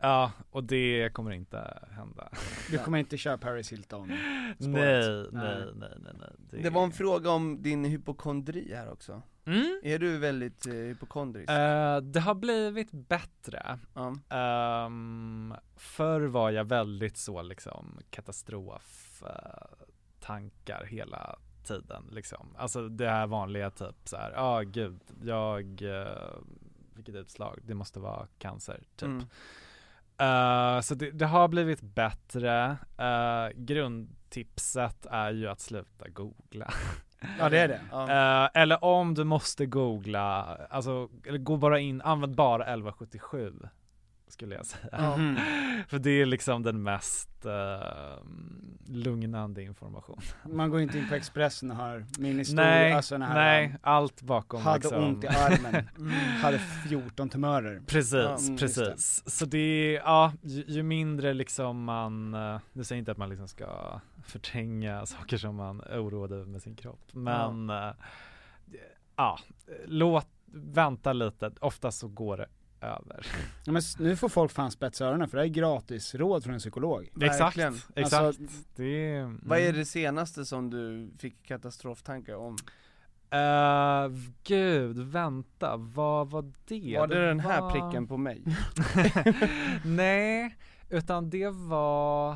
Speaker 4: Ja, och det kommer inte hända
Speaker 5: du kommer inte köra Paris Hilton?
Speaker 4: nej, nej,
Speaker 5: Nej.
Speaker 4: nej, nej, nej
Speaker 1: Det var en fråga om din hypokondri här också.
Speaker 4: mm?
Speaker 1: Är du väldigt eh, hypokondrisk?
Speaker 4: Eh, Det har blivit bättre
Speaker 1: Ja.
Speaker 4: Ehm, förr var jag väldigt så liksom katastroftankar hela tiden liksom. Alltså det här vanliga typ så här, ja ah, gud, jag, eh, vilket utslag, det måste vara cancer typ.
Speaker 1: Mm.
Speaker 4: Eh, så det, det har blivit bättre. Eh, grundtipset är ju att sluta googla.
Speaker 5: Ja det är det.
Speaker 1: Ja.
Speaker 4: Eh, eller om du måste googla, alltså eller gå bara in, använd bara 1177 skulle jag säga.
Speaker 5: Mhm.
Speaker 4: För det är liksom den mest eh, lugnande information.
Speaker 5: Man går inte in på Expressen och har min historia,
Speaker 4: nej,
Speaker 5: alltså den här
Speaker 4: nej,
Speaker 5: um,
Speaker 4: allt bakom
Speaker 5: hade
Speaker 4: liksom.
Speaker 5: ont i armen,
Speaker 1: Mm.
Speaker 5: hade 14 tumörer.
Speaker 1: Ja,
Speaker 4: Precis,
Speaker 1: mm,
Speaker 5: just det.
Speaker 4: precis. Så det är, ja, ju, ju mindre liksom man, eh, nu säger jag inte att man liksom ska förtränga saker som man är oroad över med sin kropp, men eh, ja, låt, vänta lite, oftast så går det över.
Speaker 5: Ja, men s- nu får folk fan spetsa öronen för det här är gratis råd från en psykolog.
Speaker 4: Exakt,
Speaker 1: Verkligen.
Speaker 4: exakt.
Speaker 5: Alltså-
Speaker 4: det är, mm.
Speaker 1: Vad är det senaste som du fick katastroftankar om?
Speaker 4: Eh, gud, vänta, vad var det?
Speaker 1: var det den här
Speaker 4: var-
Speaker 1: pricken på mig?
Speaker 4: Nej, utan det var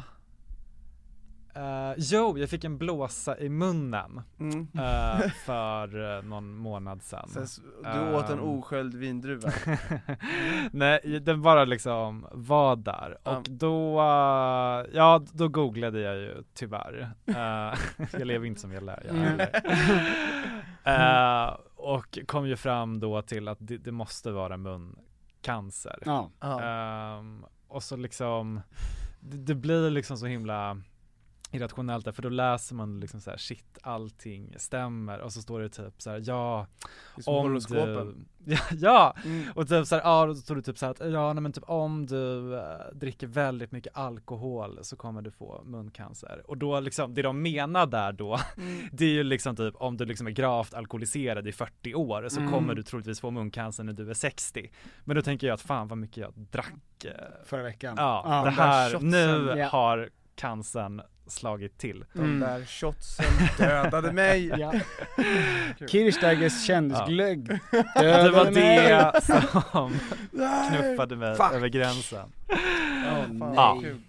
Speaker 4: eh, Jo, jag fick en blåsa i munnen
Speaker 1: Mm.
Speaker 4: eh, för eh, någon månad sedan
Speaker 1: Sen, s- du åt en
Speaker 4: Ehm.
Speaker 1: osköljd vindruva.
Speaker 4: Nej, den bara liksom var där och
Speaker 1: Ja.
Speaker 4: då, eh, ja då googlade jag ju tyvärr Eh, Jag lever inte som jag lär, jag
Speaker 5: Mm.
Speaker 4: är uh, Och kom ju fram då till att det, det måste vara muncancer
Speaker 5: Ja,
Speaker 1: Ja.
Speaker 4: Ehm, och så liksom, det, det blir liksom så himla irrationellt där, för då läser man liksom så här, shit allting stämmer och så står det typ så här, ja,
Speaker 1: Det är som
Speaker 4: om
Speaker 1: horoskopen.
Speaker 4: du, ja, ja,
Speaker 1: Mm.
Speaker 4: och typ såhär, ja då står det typ såhär att ja nej, men typ om du eh, dricker väldigt mycket alkohol så kommer du få muncancer. Och då liksom, det de menar där då, det är ju liksom typ om du liksom är gravt alkoholiserad i 40 år så kommer du troligtvis få muncancer när du är 60. Men då tänker jag att fan vad mycket jag drack. eh,
Speaker 5: förra veckan.
Speaker 4: Ja,
Speaker 5: Ja,
Speaker 4: det
Speaker 5: de där
Speaker 4: här,
Speaker 5: shotsen,
Speaker 4: nu
Speaker 5: ja.
Speaker 4: har cancern slagit till.
Speaker 1: De
Speaker 5: Mm.
Speaker 1: där shotsen dödade mig.
Speaker 5: Ja. Kirchsteigers kändisglögg dödade
Speaker 4: Det var
Speaker 5: mig.
Speaker 4: det som knuffade mig över gränsen.
Speaker 1: Åh, fan,
Speaker 4: Ja.
Speaker 1: vad kul.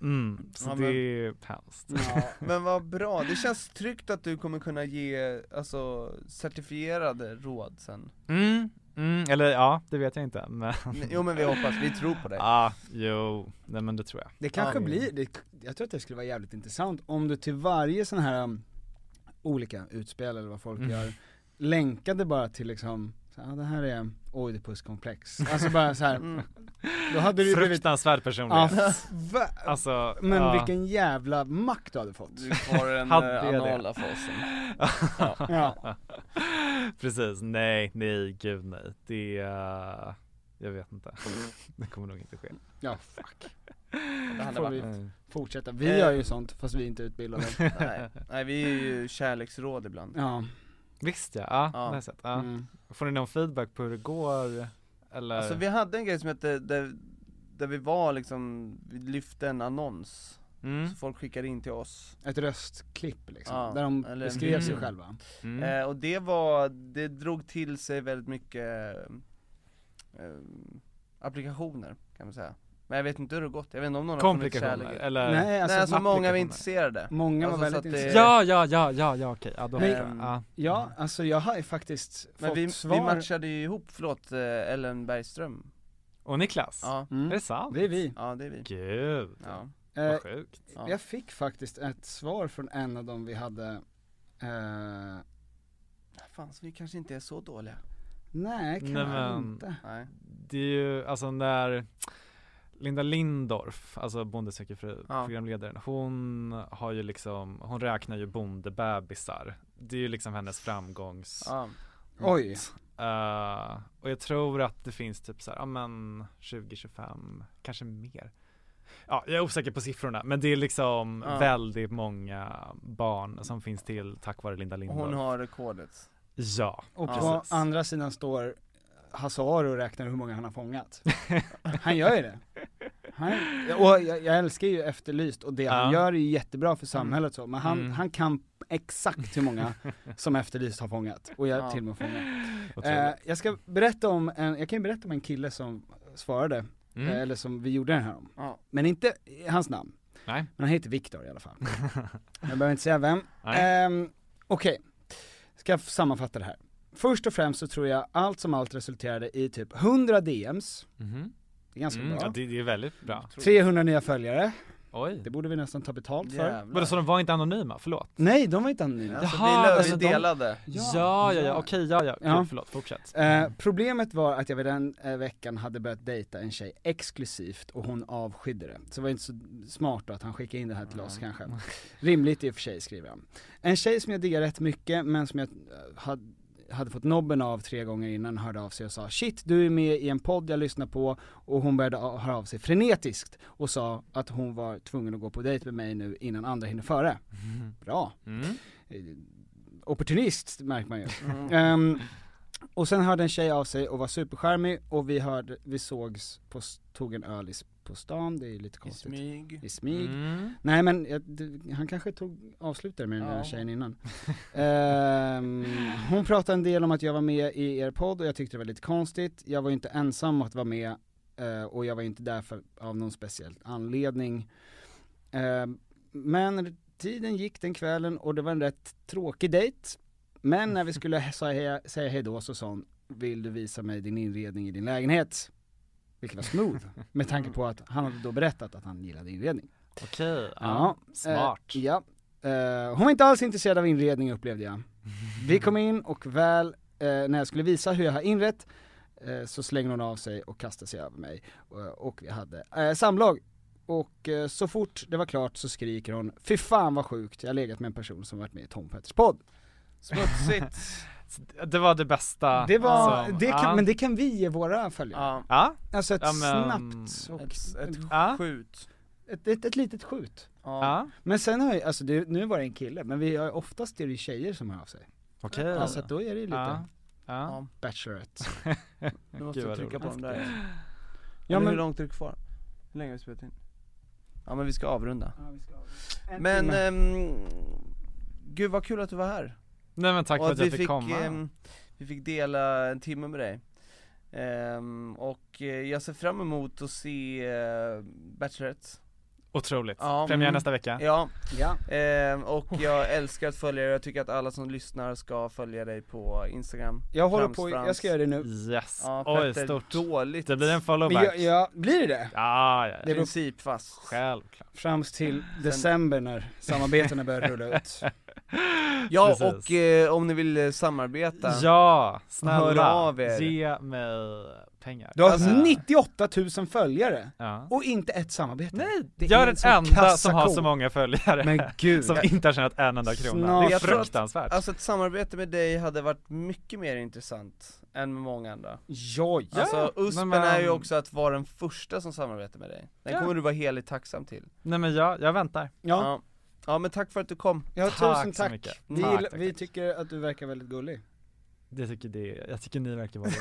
Speaker 4: Mm, så
Speaker 1: Ja, men-
Speaker 4: det är hemskt.
Speaker 5: Ja.
Speaker 1: Men vad bra, det känns tryggt att du kommer kunna ge, alltså, certifierade råd sen
Speaker 4: Mm, mm, eller ja, det vet jag inte. Men,
Speaker 1: Men- Jo men vi hoppas, vi tror på dig
Speaker 4: ah, jo, nej men det tror jag.
Speaker 5: Det kanske
Speaker 1: Ja.
Speaker 5: blir, det, jag tror att det skulle vara jävligt intressant om du till varje sån här um, olika utspel eller vad folk
Speaker 4: Mm.
Speaker 5: gör länkade bara till liksom så, ja, det här är Oidipuskomplex. Alltså bara så här.
Speaker 1: Mm.
Speaker 5: Då hade du blivit
Speaker 4: Fruktansvärd
Speaker 5: Ja,
Speaker 4: personlighet.
Speaker 5: f- va-
Speaker 4: Alltså,
Speaker 5: men
Speaker 4: ja.
Speaker 5: vilken jävla makt du hade fått.
Speaker 1: Du har en
Speaker 4: Hade
Speaker 1: eh,
Speaker 4: jag det?
Speaker 1: anala fasen.
Speaker 5: Ja.
Speaker 4: Precis, nej, nej, gud nej. Det, eh, jag vet inte. Det kommer nog inte ske.
Speaker 5: Ja, fuck.
Speaker 1: Det hade
Speaker 5: Får
Speaker 1: varit,
Speaker 5: vi
Speaker 4: Nej.
Speaker 5: fortsätta. Vi gör ju sånt fast vi är inte utbildade.
Speaker 1: nej, nej vi är ju kärleksråd ibland.
Speaker 5: Ja.
Speaker 4: Visst ja, ja,
Speaker 1: Ja.
Speaker 4: det har jag sett. Ja.
Speaker 5: Mm.
Speaker 4: Får ni någon feedback på hur det går? Eller?
Speaker 1: Alltså vi hade en grej som hette, där, där vi var liksom, vi lyfte en annons,
Speaker 4: mm.
Speaker 1: så folk skickade in till oss
Speaker 5: Ett röstklipp liksom,
Speaker 1: Ja,
Speaker 5: där de
Speaker 1: eller-
Speaker 5: beskrev sig
Speaker 4: Mm.
Speaker 5: själva.
Speaker 4: Mm.
Speaker 1: eh, Och det var, det drog till sig väldigt mycket eh, applikationer kan man säga Men jag vet inte hur det har gått, jag vet inte om någon har funnit
Speaker 4: Komplikationer?
Speaker 1: kärlek
Speaker 4: Eller?
Speaker 5: Nej,
Speaker 1: Nej alltså många var
Speaker 4: applikationer.
Speaker 1: intresserade
Speaker 5: Många
Speaker 1: Alltså,
Speaker 5: var
Speaker 1: så
Speaker 5: väldigt
Speaker 1: att det-
Speaker 5: intresserade.
Speaker 4: Ja, ja, ja, ja, ja, okej. Ja, då
Speaker 1: Men-
Speaker 4: fattar jag. Eh, ja.
Speaker 5: Ja, alltså jag har ju faktiskt
Speaker 1: Men
Speaker 5: fått
Speaker 1: vi,
Speaker 5: svar.
Speaker 1: vi matchade ju ihop, förlåt, eh, Ellen Bergström
Speaker 4: Och Niklas?
Speaker 1: Ja,
Speaker 5: Mm.
Speaker 4: Är det sant?
Speaker 5: Det är vi.
Speaker 1: ja det är vi
Speaker 4: Gud,
Speaker 1: Ja,
Speaker 5: Eh,
Speaker 4: vad sjukt.
Speaker 1: ja.
Speaker 5: jag fick faktiskt ett svar från en av dem vi hade, eh,
Speaker 1: Fan, så vi kanske inte är så dåliga
Speaker 5: nej kan
Speaker 4: Nej,
Speaker 5: jag
Speaker 4: men-
Speaker 5: inte.
Speaker 1: Nej,
Speaker 4: Det är ju, alltså när Linda Lindorff, alltså Bonde söker fru,
Speaker 1: Ja.
Speaker 4: programledaren, hon har ju liksom, hon räknar ju bondebebisar. Det är ju liksom hennes framgångs...
Speaker 1: ja,
Speaker 5: Oj,
Speaker 4: Eh, och jag tror att det finns typ så här, ja men 20-25, kanske mer. Ja, jag är osäker på siffrorna, men det är liksom
Speaker 1: Ja.
Speaker 4: väldigt många barn som finns till tack vare Linda
Speaker 1: och
Speaker 4: Lindorff.
Speaker 1: hon har rekordet
Speaker 4: Ja.
Speaker 5: och
Speaker 1: Ja.
Speaker 5: på
Speaker 4: Precis.
Speaker 5: andra sidan står Hazar och räknar hur många han har fångat. Han gör ju det. Han, och jag, jag älskar ju Efterlyst och det
Speaker 4: Ja.
Speaker 5: han gör är ju jättebra för samhället så, men han,
Speaker 4: Mm.
Speaker 5: han kan exakt hur många som Efterlyst har fångat och hjälpt
Speaker 1: Ja.
Speaker 5: till med att fånga. Eh,
Speaker 4: Otroligt.
Speaker 5: jag ska berätta om en, jag kan ju berätta om en kille som svarade,
Speaker 4: Mm.
Speaker 5: eh, eller som vi gjorde den här om.
Speaker 1: Ja.
Speaker 5: Men inte i hans namn.
Speaker 4: Nej.
Speaker 5: Men han heter Viktor i alla fall. jag behöver inte säga vem.
Speaker 4: Nej.
Speaker 5: Ehm, Okej, ska jag sammanfatta det här. Först och främst så tror jag allt som allt resulterade i typ 100 DMs,
Speaker 4: Mhm.
Speaker 5: det är ganska
Speaker 4: Mm, ja,
Speaker 5: bra.
Speaker 4: det, det är väldigt bra.
Speaker 5: 300 nya följare,
Speaker 4: Oj.
Speaker 5: det borde vi nästan ta betalt för.
Speaker 4: Vadå, så de var inte anonyma? Förlåt.
Speaker 5: Nej, de var inte anonyma.
Speaker 1: Alltså,
Speaker 4: Jaha,
Speaker 1: vi, lö-
Speaker 4: alltså
Speaker 1: vi
Speaker 4: de-
Speaker 1: delade
Speaker 4: Ja, ja, ja, okej, ja, ja,
Speaker 5: Ja.
Speaker 4: Gud, förlåt, fortsätt.
Speaker 5: Eh, problemet var att jag vid den eh, veckan hade börjat dejta en tjej exklusivt och hon avskydde det. Så det var inte så smart då att han skickade in det här till oss kanske. Rimligt i och för sig skriver han. En tjej som jag diggar rätt mycket men som jag eh, hade hade fått nobben av tre gånger innan hörde av sig och sa shit du är med i en podd jag lyssnar på och hon började a- höra av sig frenetiskt och sa att hon var tvungen att gå på dejt med mig nu innan andra hinner före. Bra
Speaker 4: Mm.
Speaker 5: eh, opportunist märker man ju.
Speaker 1: Mm.
Speaker 5: Ehm, och sen hörde en tjej av sig och var superskärmig och vi hörde, vi sågs på, s- tog en öl i, s- på stan, det är ju lite
Speaker 1: i
Speaker 5: konstigt.
Speaker 1: smyg
Speaker 5: I smyg.
Speaker 4: Mm.
Speaker 5: Nej men jag, det- han kanske tog, avslutade med den där
Speaker 1: Ja.
Speaker 5: tjejen innan. Ehm, hon pratade en del om att jag var med i er podd och jag tyckte det var lite konstigt. Jag var ju inte ensam om att vara med eh, och jag var inte där för, av någon speciell anledning. Ehm, men tiden gick den kvällen och det var en rätt tråkig dejt. Men när vi skulle säga, säga hejdå så sa hon, vill du visa mig din inredning i din lägenhet? Vilket var smooth, med tanke på att han hade då berättat att han gillade inredning.
Speaker 4: Okej,
Speaker 5: Ja,
Speaker 4: ja. smart.
Speaker 5: Eh, ja. Eh, hon var inte alls intresserad av inredning upplevde jag. Vi kom in och väl, eh, när jag skulle visa hur jag har inrett, eh, så slängde hon av sig och kastade sig över mig. Eh, och vi hade eh, samlag. Och eh, så fort det var klart så skriker hon, fy fan vad sjukt, jag har legat med en person som varit med i Tom Petters podd.
Speaker 1: Smutsigt!
Speaker 4: Det var det bästa.
Speaker 5: Det var,
Speaker 4: som-
Speaker 5: det kan,
Speaker 4: Alltså, ja.
Speaker 5: men det kan vi ge våra följare.
Speaker 1: ja,
Speaker 4: Ja,
Speaker 5: Alltså ett
Speaker 4: Ja, men-
Speaker 5: snabbt och
Speaker 1: ett,
Speaker 5: ett,
Speaker 1: ett
Speaker 4: Ja.
Speaker 1: skjut
Speaker 5: ett, ett, ett litet skjut.
Speaker 1: Ja,
Speaker 4: ja.
Speaker 5: Men sen har ju, alltså det, nu var det en kille, men vi har oftast är det ju tjejer som hör av sig.
Speaker 4: okej.
Speaker 5: Ja,
Speaker 1: Alltså,
Speaker 5: så att då är det ju lite
Speaker 4: Ja. Ja.
Speaker 5: Bachelorette.
Speaker 1: nu måste
Speaker 4: Gud,
Speaker 1: jag
Speaker 4: vad
Speaker 1: trycka på dem
Speaker 4: roligt.
Speaker 1: där
Speaker 5: Ja,
Speaker 1: Ja
Speaker 5: men-
Speaker 1: men hur långt är det kvar? Hur länge har vi spelat in? Ja men vi ska avrunda Men,
Speaker 5: timme.
Speaker 1: ehm, gud vad kul att du var här
Speaker 4: Nej men tack
Speaker 1: Och
Speaker 4: för att
Speaker 1: vi
Speaker 4: jag fick, komma.
Speaker 1: ehm, vi fick dela en timme med dig Ehm, och eh, jag ser fram emot att se eh, Bachelorette
Speaker 4: Otroligt.
Speaker 1: ja,
Speaker 4: Premiär
Speaker 1: mm.
Speaker 4: nästa vecka.
Speaker 1: Ja,
Speaker 5: Ja,
Speaker 1: ehm, och jag älskar att följa dig jag tycker att alla som lyssnar ska följa dig på Instagram
Speaker 5: jag håller
Speaker 1: Frans,
Speaker 5: på, jag
Speaker 1: Frans.
Speaker 5: ska göra det nu.
Speaker 4: Yes.
Speaker 1: Ja,
Speaker 4: Oj,
Speaker 1: Petter,
Speaker 4: stort.
Speaker 1: dåligt
Speaker 4: Det blir en
Speaker 5: Men
Speaker 4: followback.
Speaker 5: jag, jag, blir det det?
Speaker 4: Ja, ja,
Speaker 5: Det
Speaker 4: ja.
Speaker 5: beror-
Speaker 1: principfast
Speaker 4: Självklart.
Speaker 5: Fram till december när samarbetena börjar rulla ut.
Speaker 1: Ja,
Speaker 4: Precis.
Speaker 1: och eh, om ni vill eh, samarbeta
Speaker 4: Ja, snälla,
Speaker 1: Hör av er.
Speaker 4: ge mig pengar.
Speaker 5: Du har
Speaker 4: Alltså,
Speaker 5: 98 000 följare
Speaker 4: ja.
Speaker 5: och inte ett samarbete.
Speaker 4: Nej,
Speaker 5: det
Speaker 4: jag är
Speaker 5: är en sån
Speaker 4: den enda som har
Speaker 5: kassako.
Speaker 4: så många följare
Speaker 2: Men gud.
Speaker 4: som inte har tjänat en enda krona.
Speaker 2: Snart-
Speaker 4: det är
Speaker 1: Jag tror att-
Speaker 4: fruktansvärt.
Speaker 1: Alltså ett samarbete med dig hade varit mycket mer intressant än med många andra
Speaker 5: Joj!
Speaker 1: Alltså USPen
Speaker 4: men,
Speaker 1: är ju
Speaker 4: ehm,
Speaker 1: också att vara den första som samarbetar med dig Den
Speaker 4: Ja.
Speaker 1: kommer du vara heligt tacksam till
Speaker 4: Nej men jag, jag väntar.
Speaker 5: Ja,
Speaker 1: ja. Ja, men tack för att du kom
Speaker 5: ja
Speaker 4: Tack
Speaker 5: tusen
Speaker 4: så
Speaker 5: tack.
Speaker 4: mycket.
Speaker 5: Vi,
Speaker 4: Tack,
Speaker 5: gill-
Speaker 4: tack,
Speaker 5: vi
Speaker 4: tack.
Speaker 5: tycker att du verkar väldigt gullig.
Speaker 4: Det tycker det, jag tycker ni verkar vara det.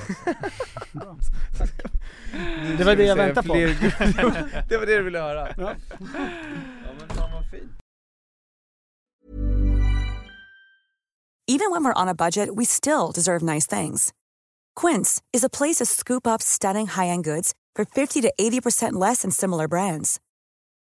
Speaker 5: Det var det jag
Speaker 1: Säga
Speaker 5: väntade på.
Speaker 1: fler- Det var det du ville höra
Speaker 5: Ja.
Speaker 1: Ja men fan vad fint
Speaker 9: Even when we're on a budget, we still deserve nice things. Quince is a place to scoop up stunning high-end goods for 50 to 80% less than similar brands.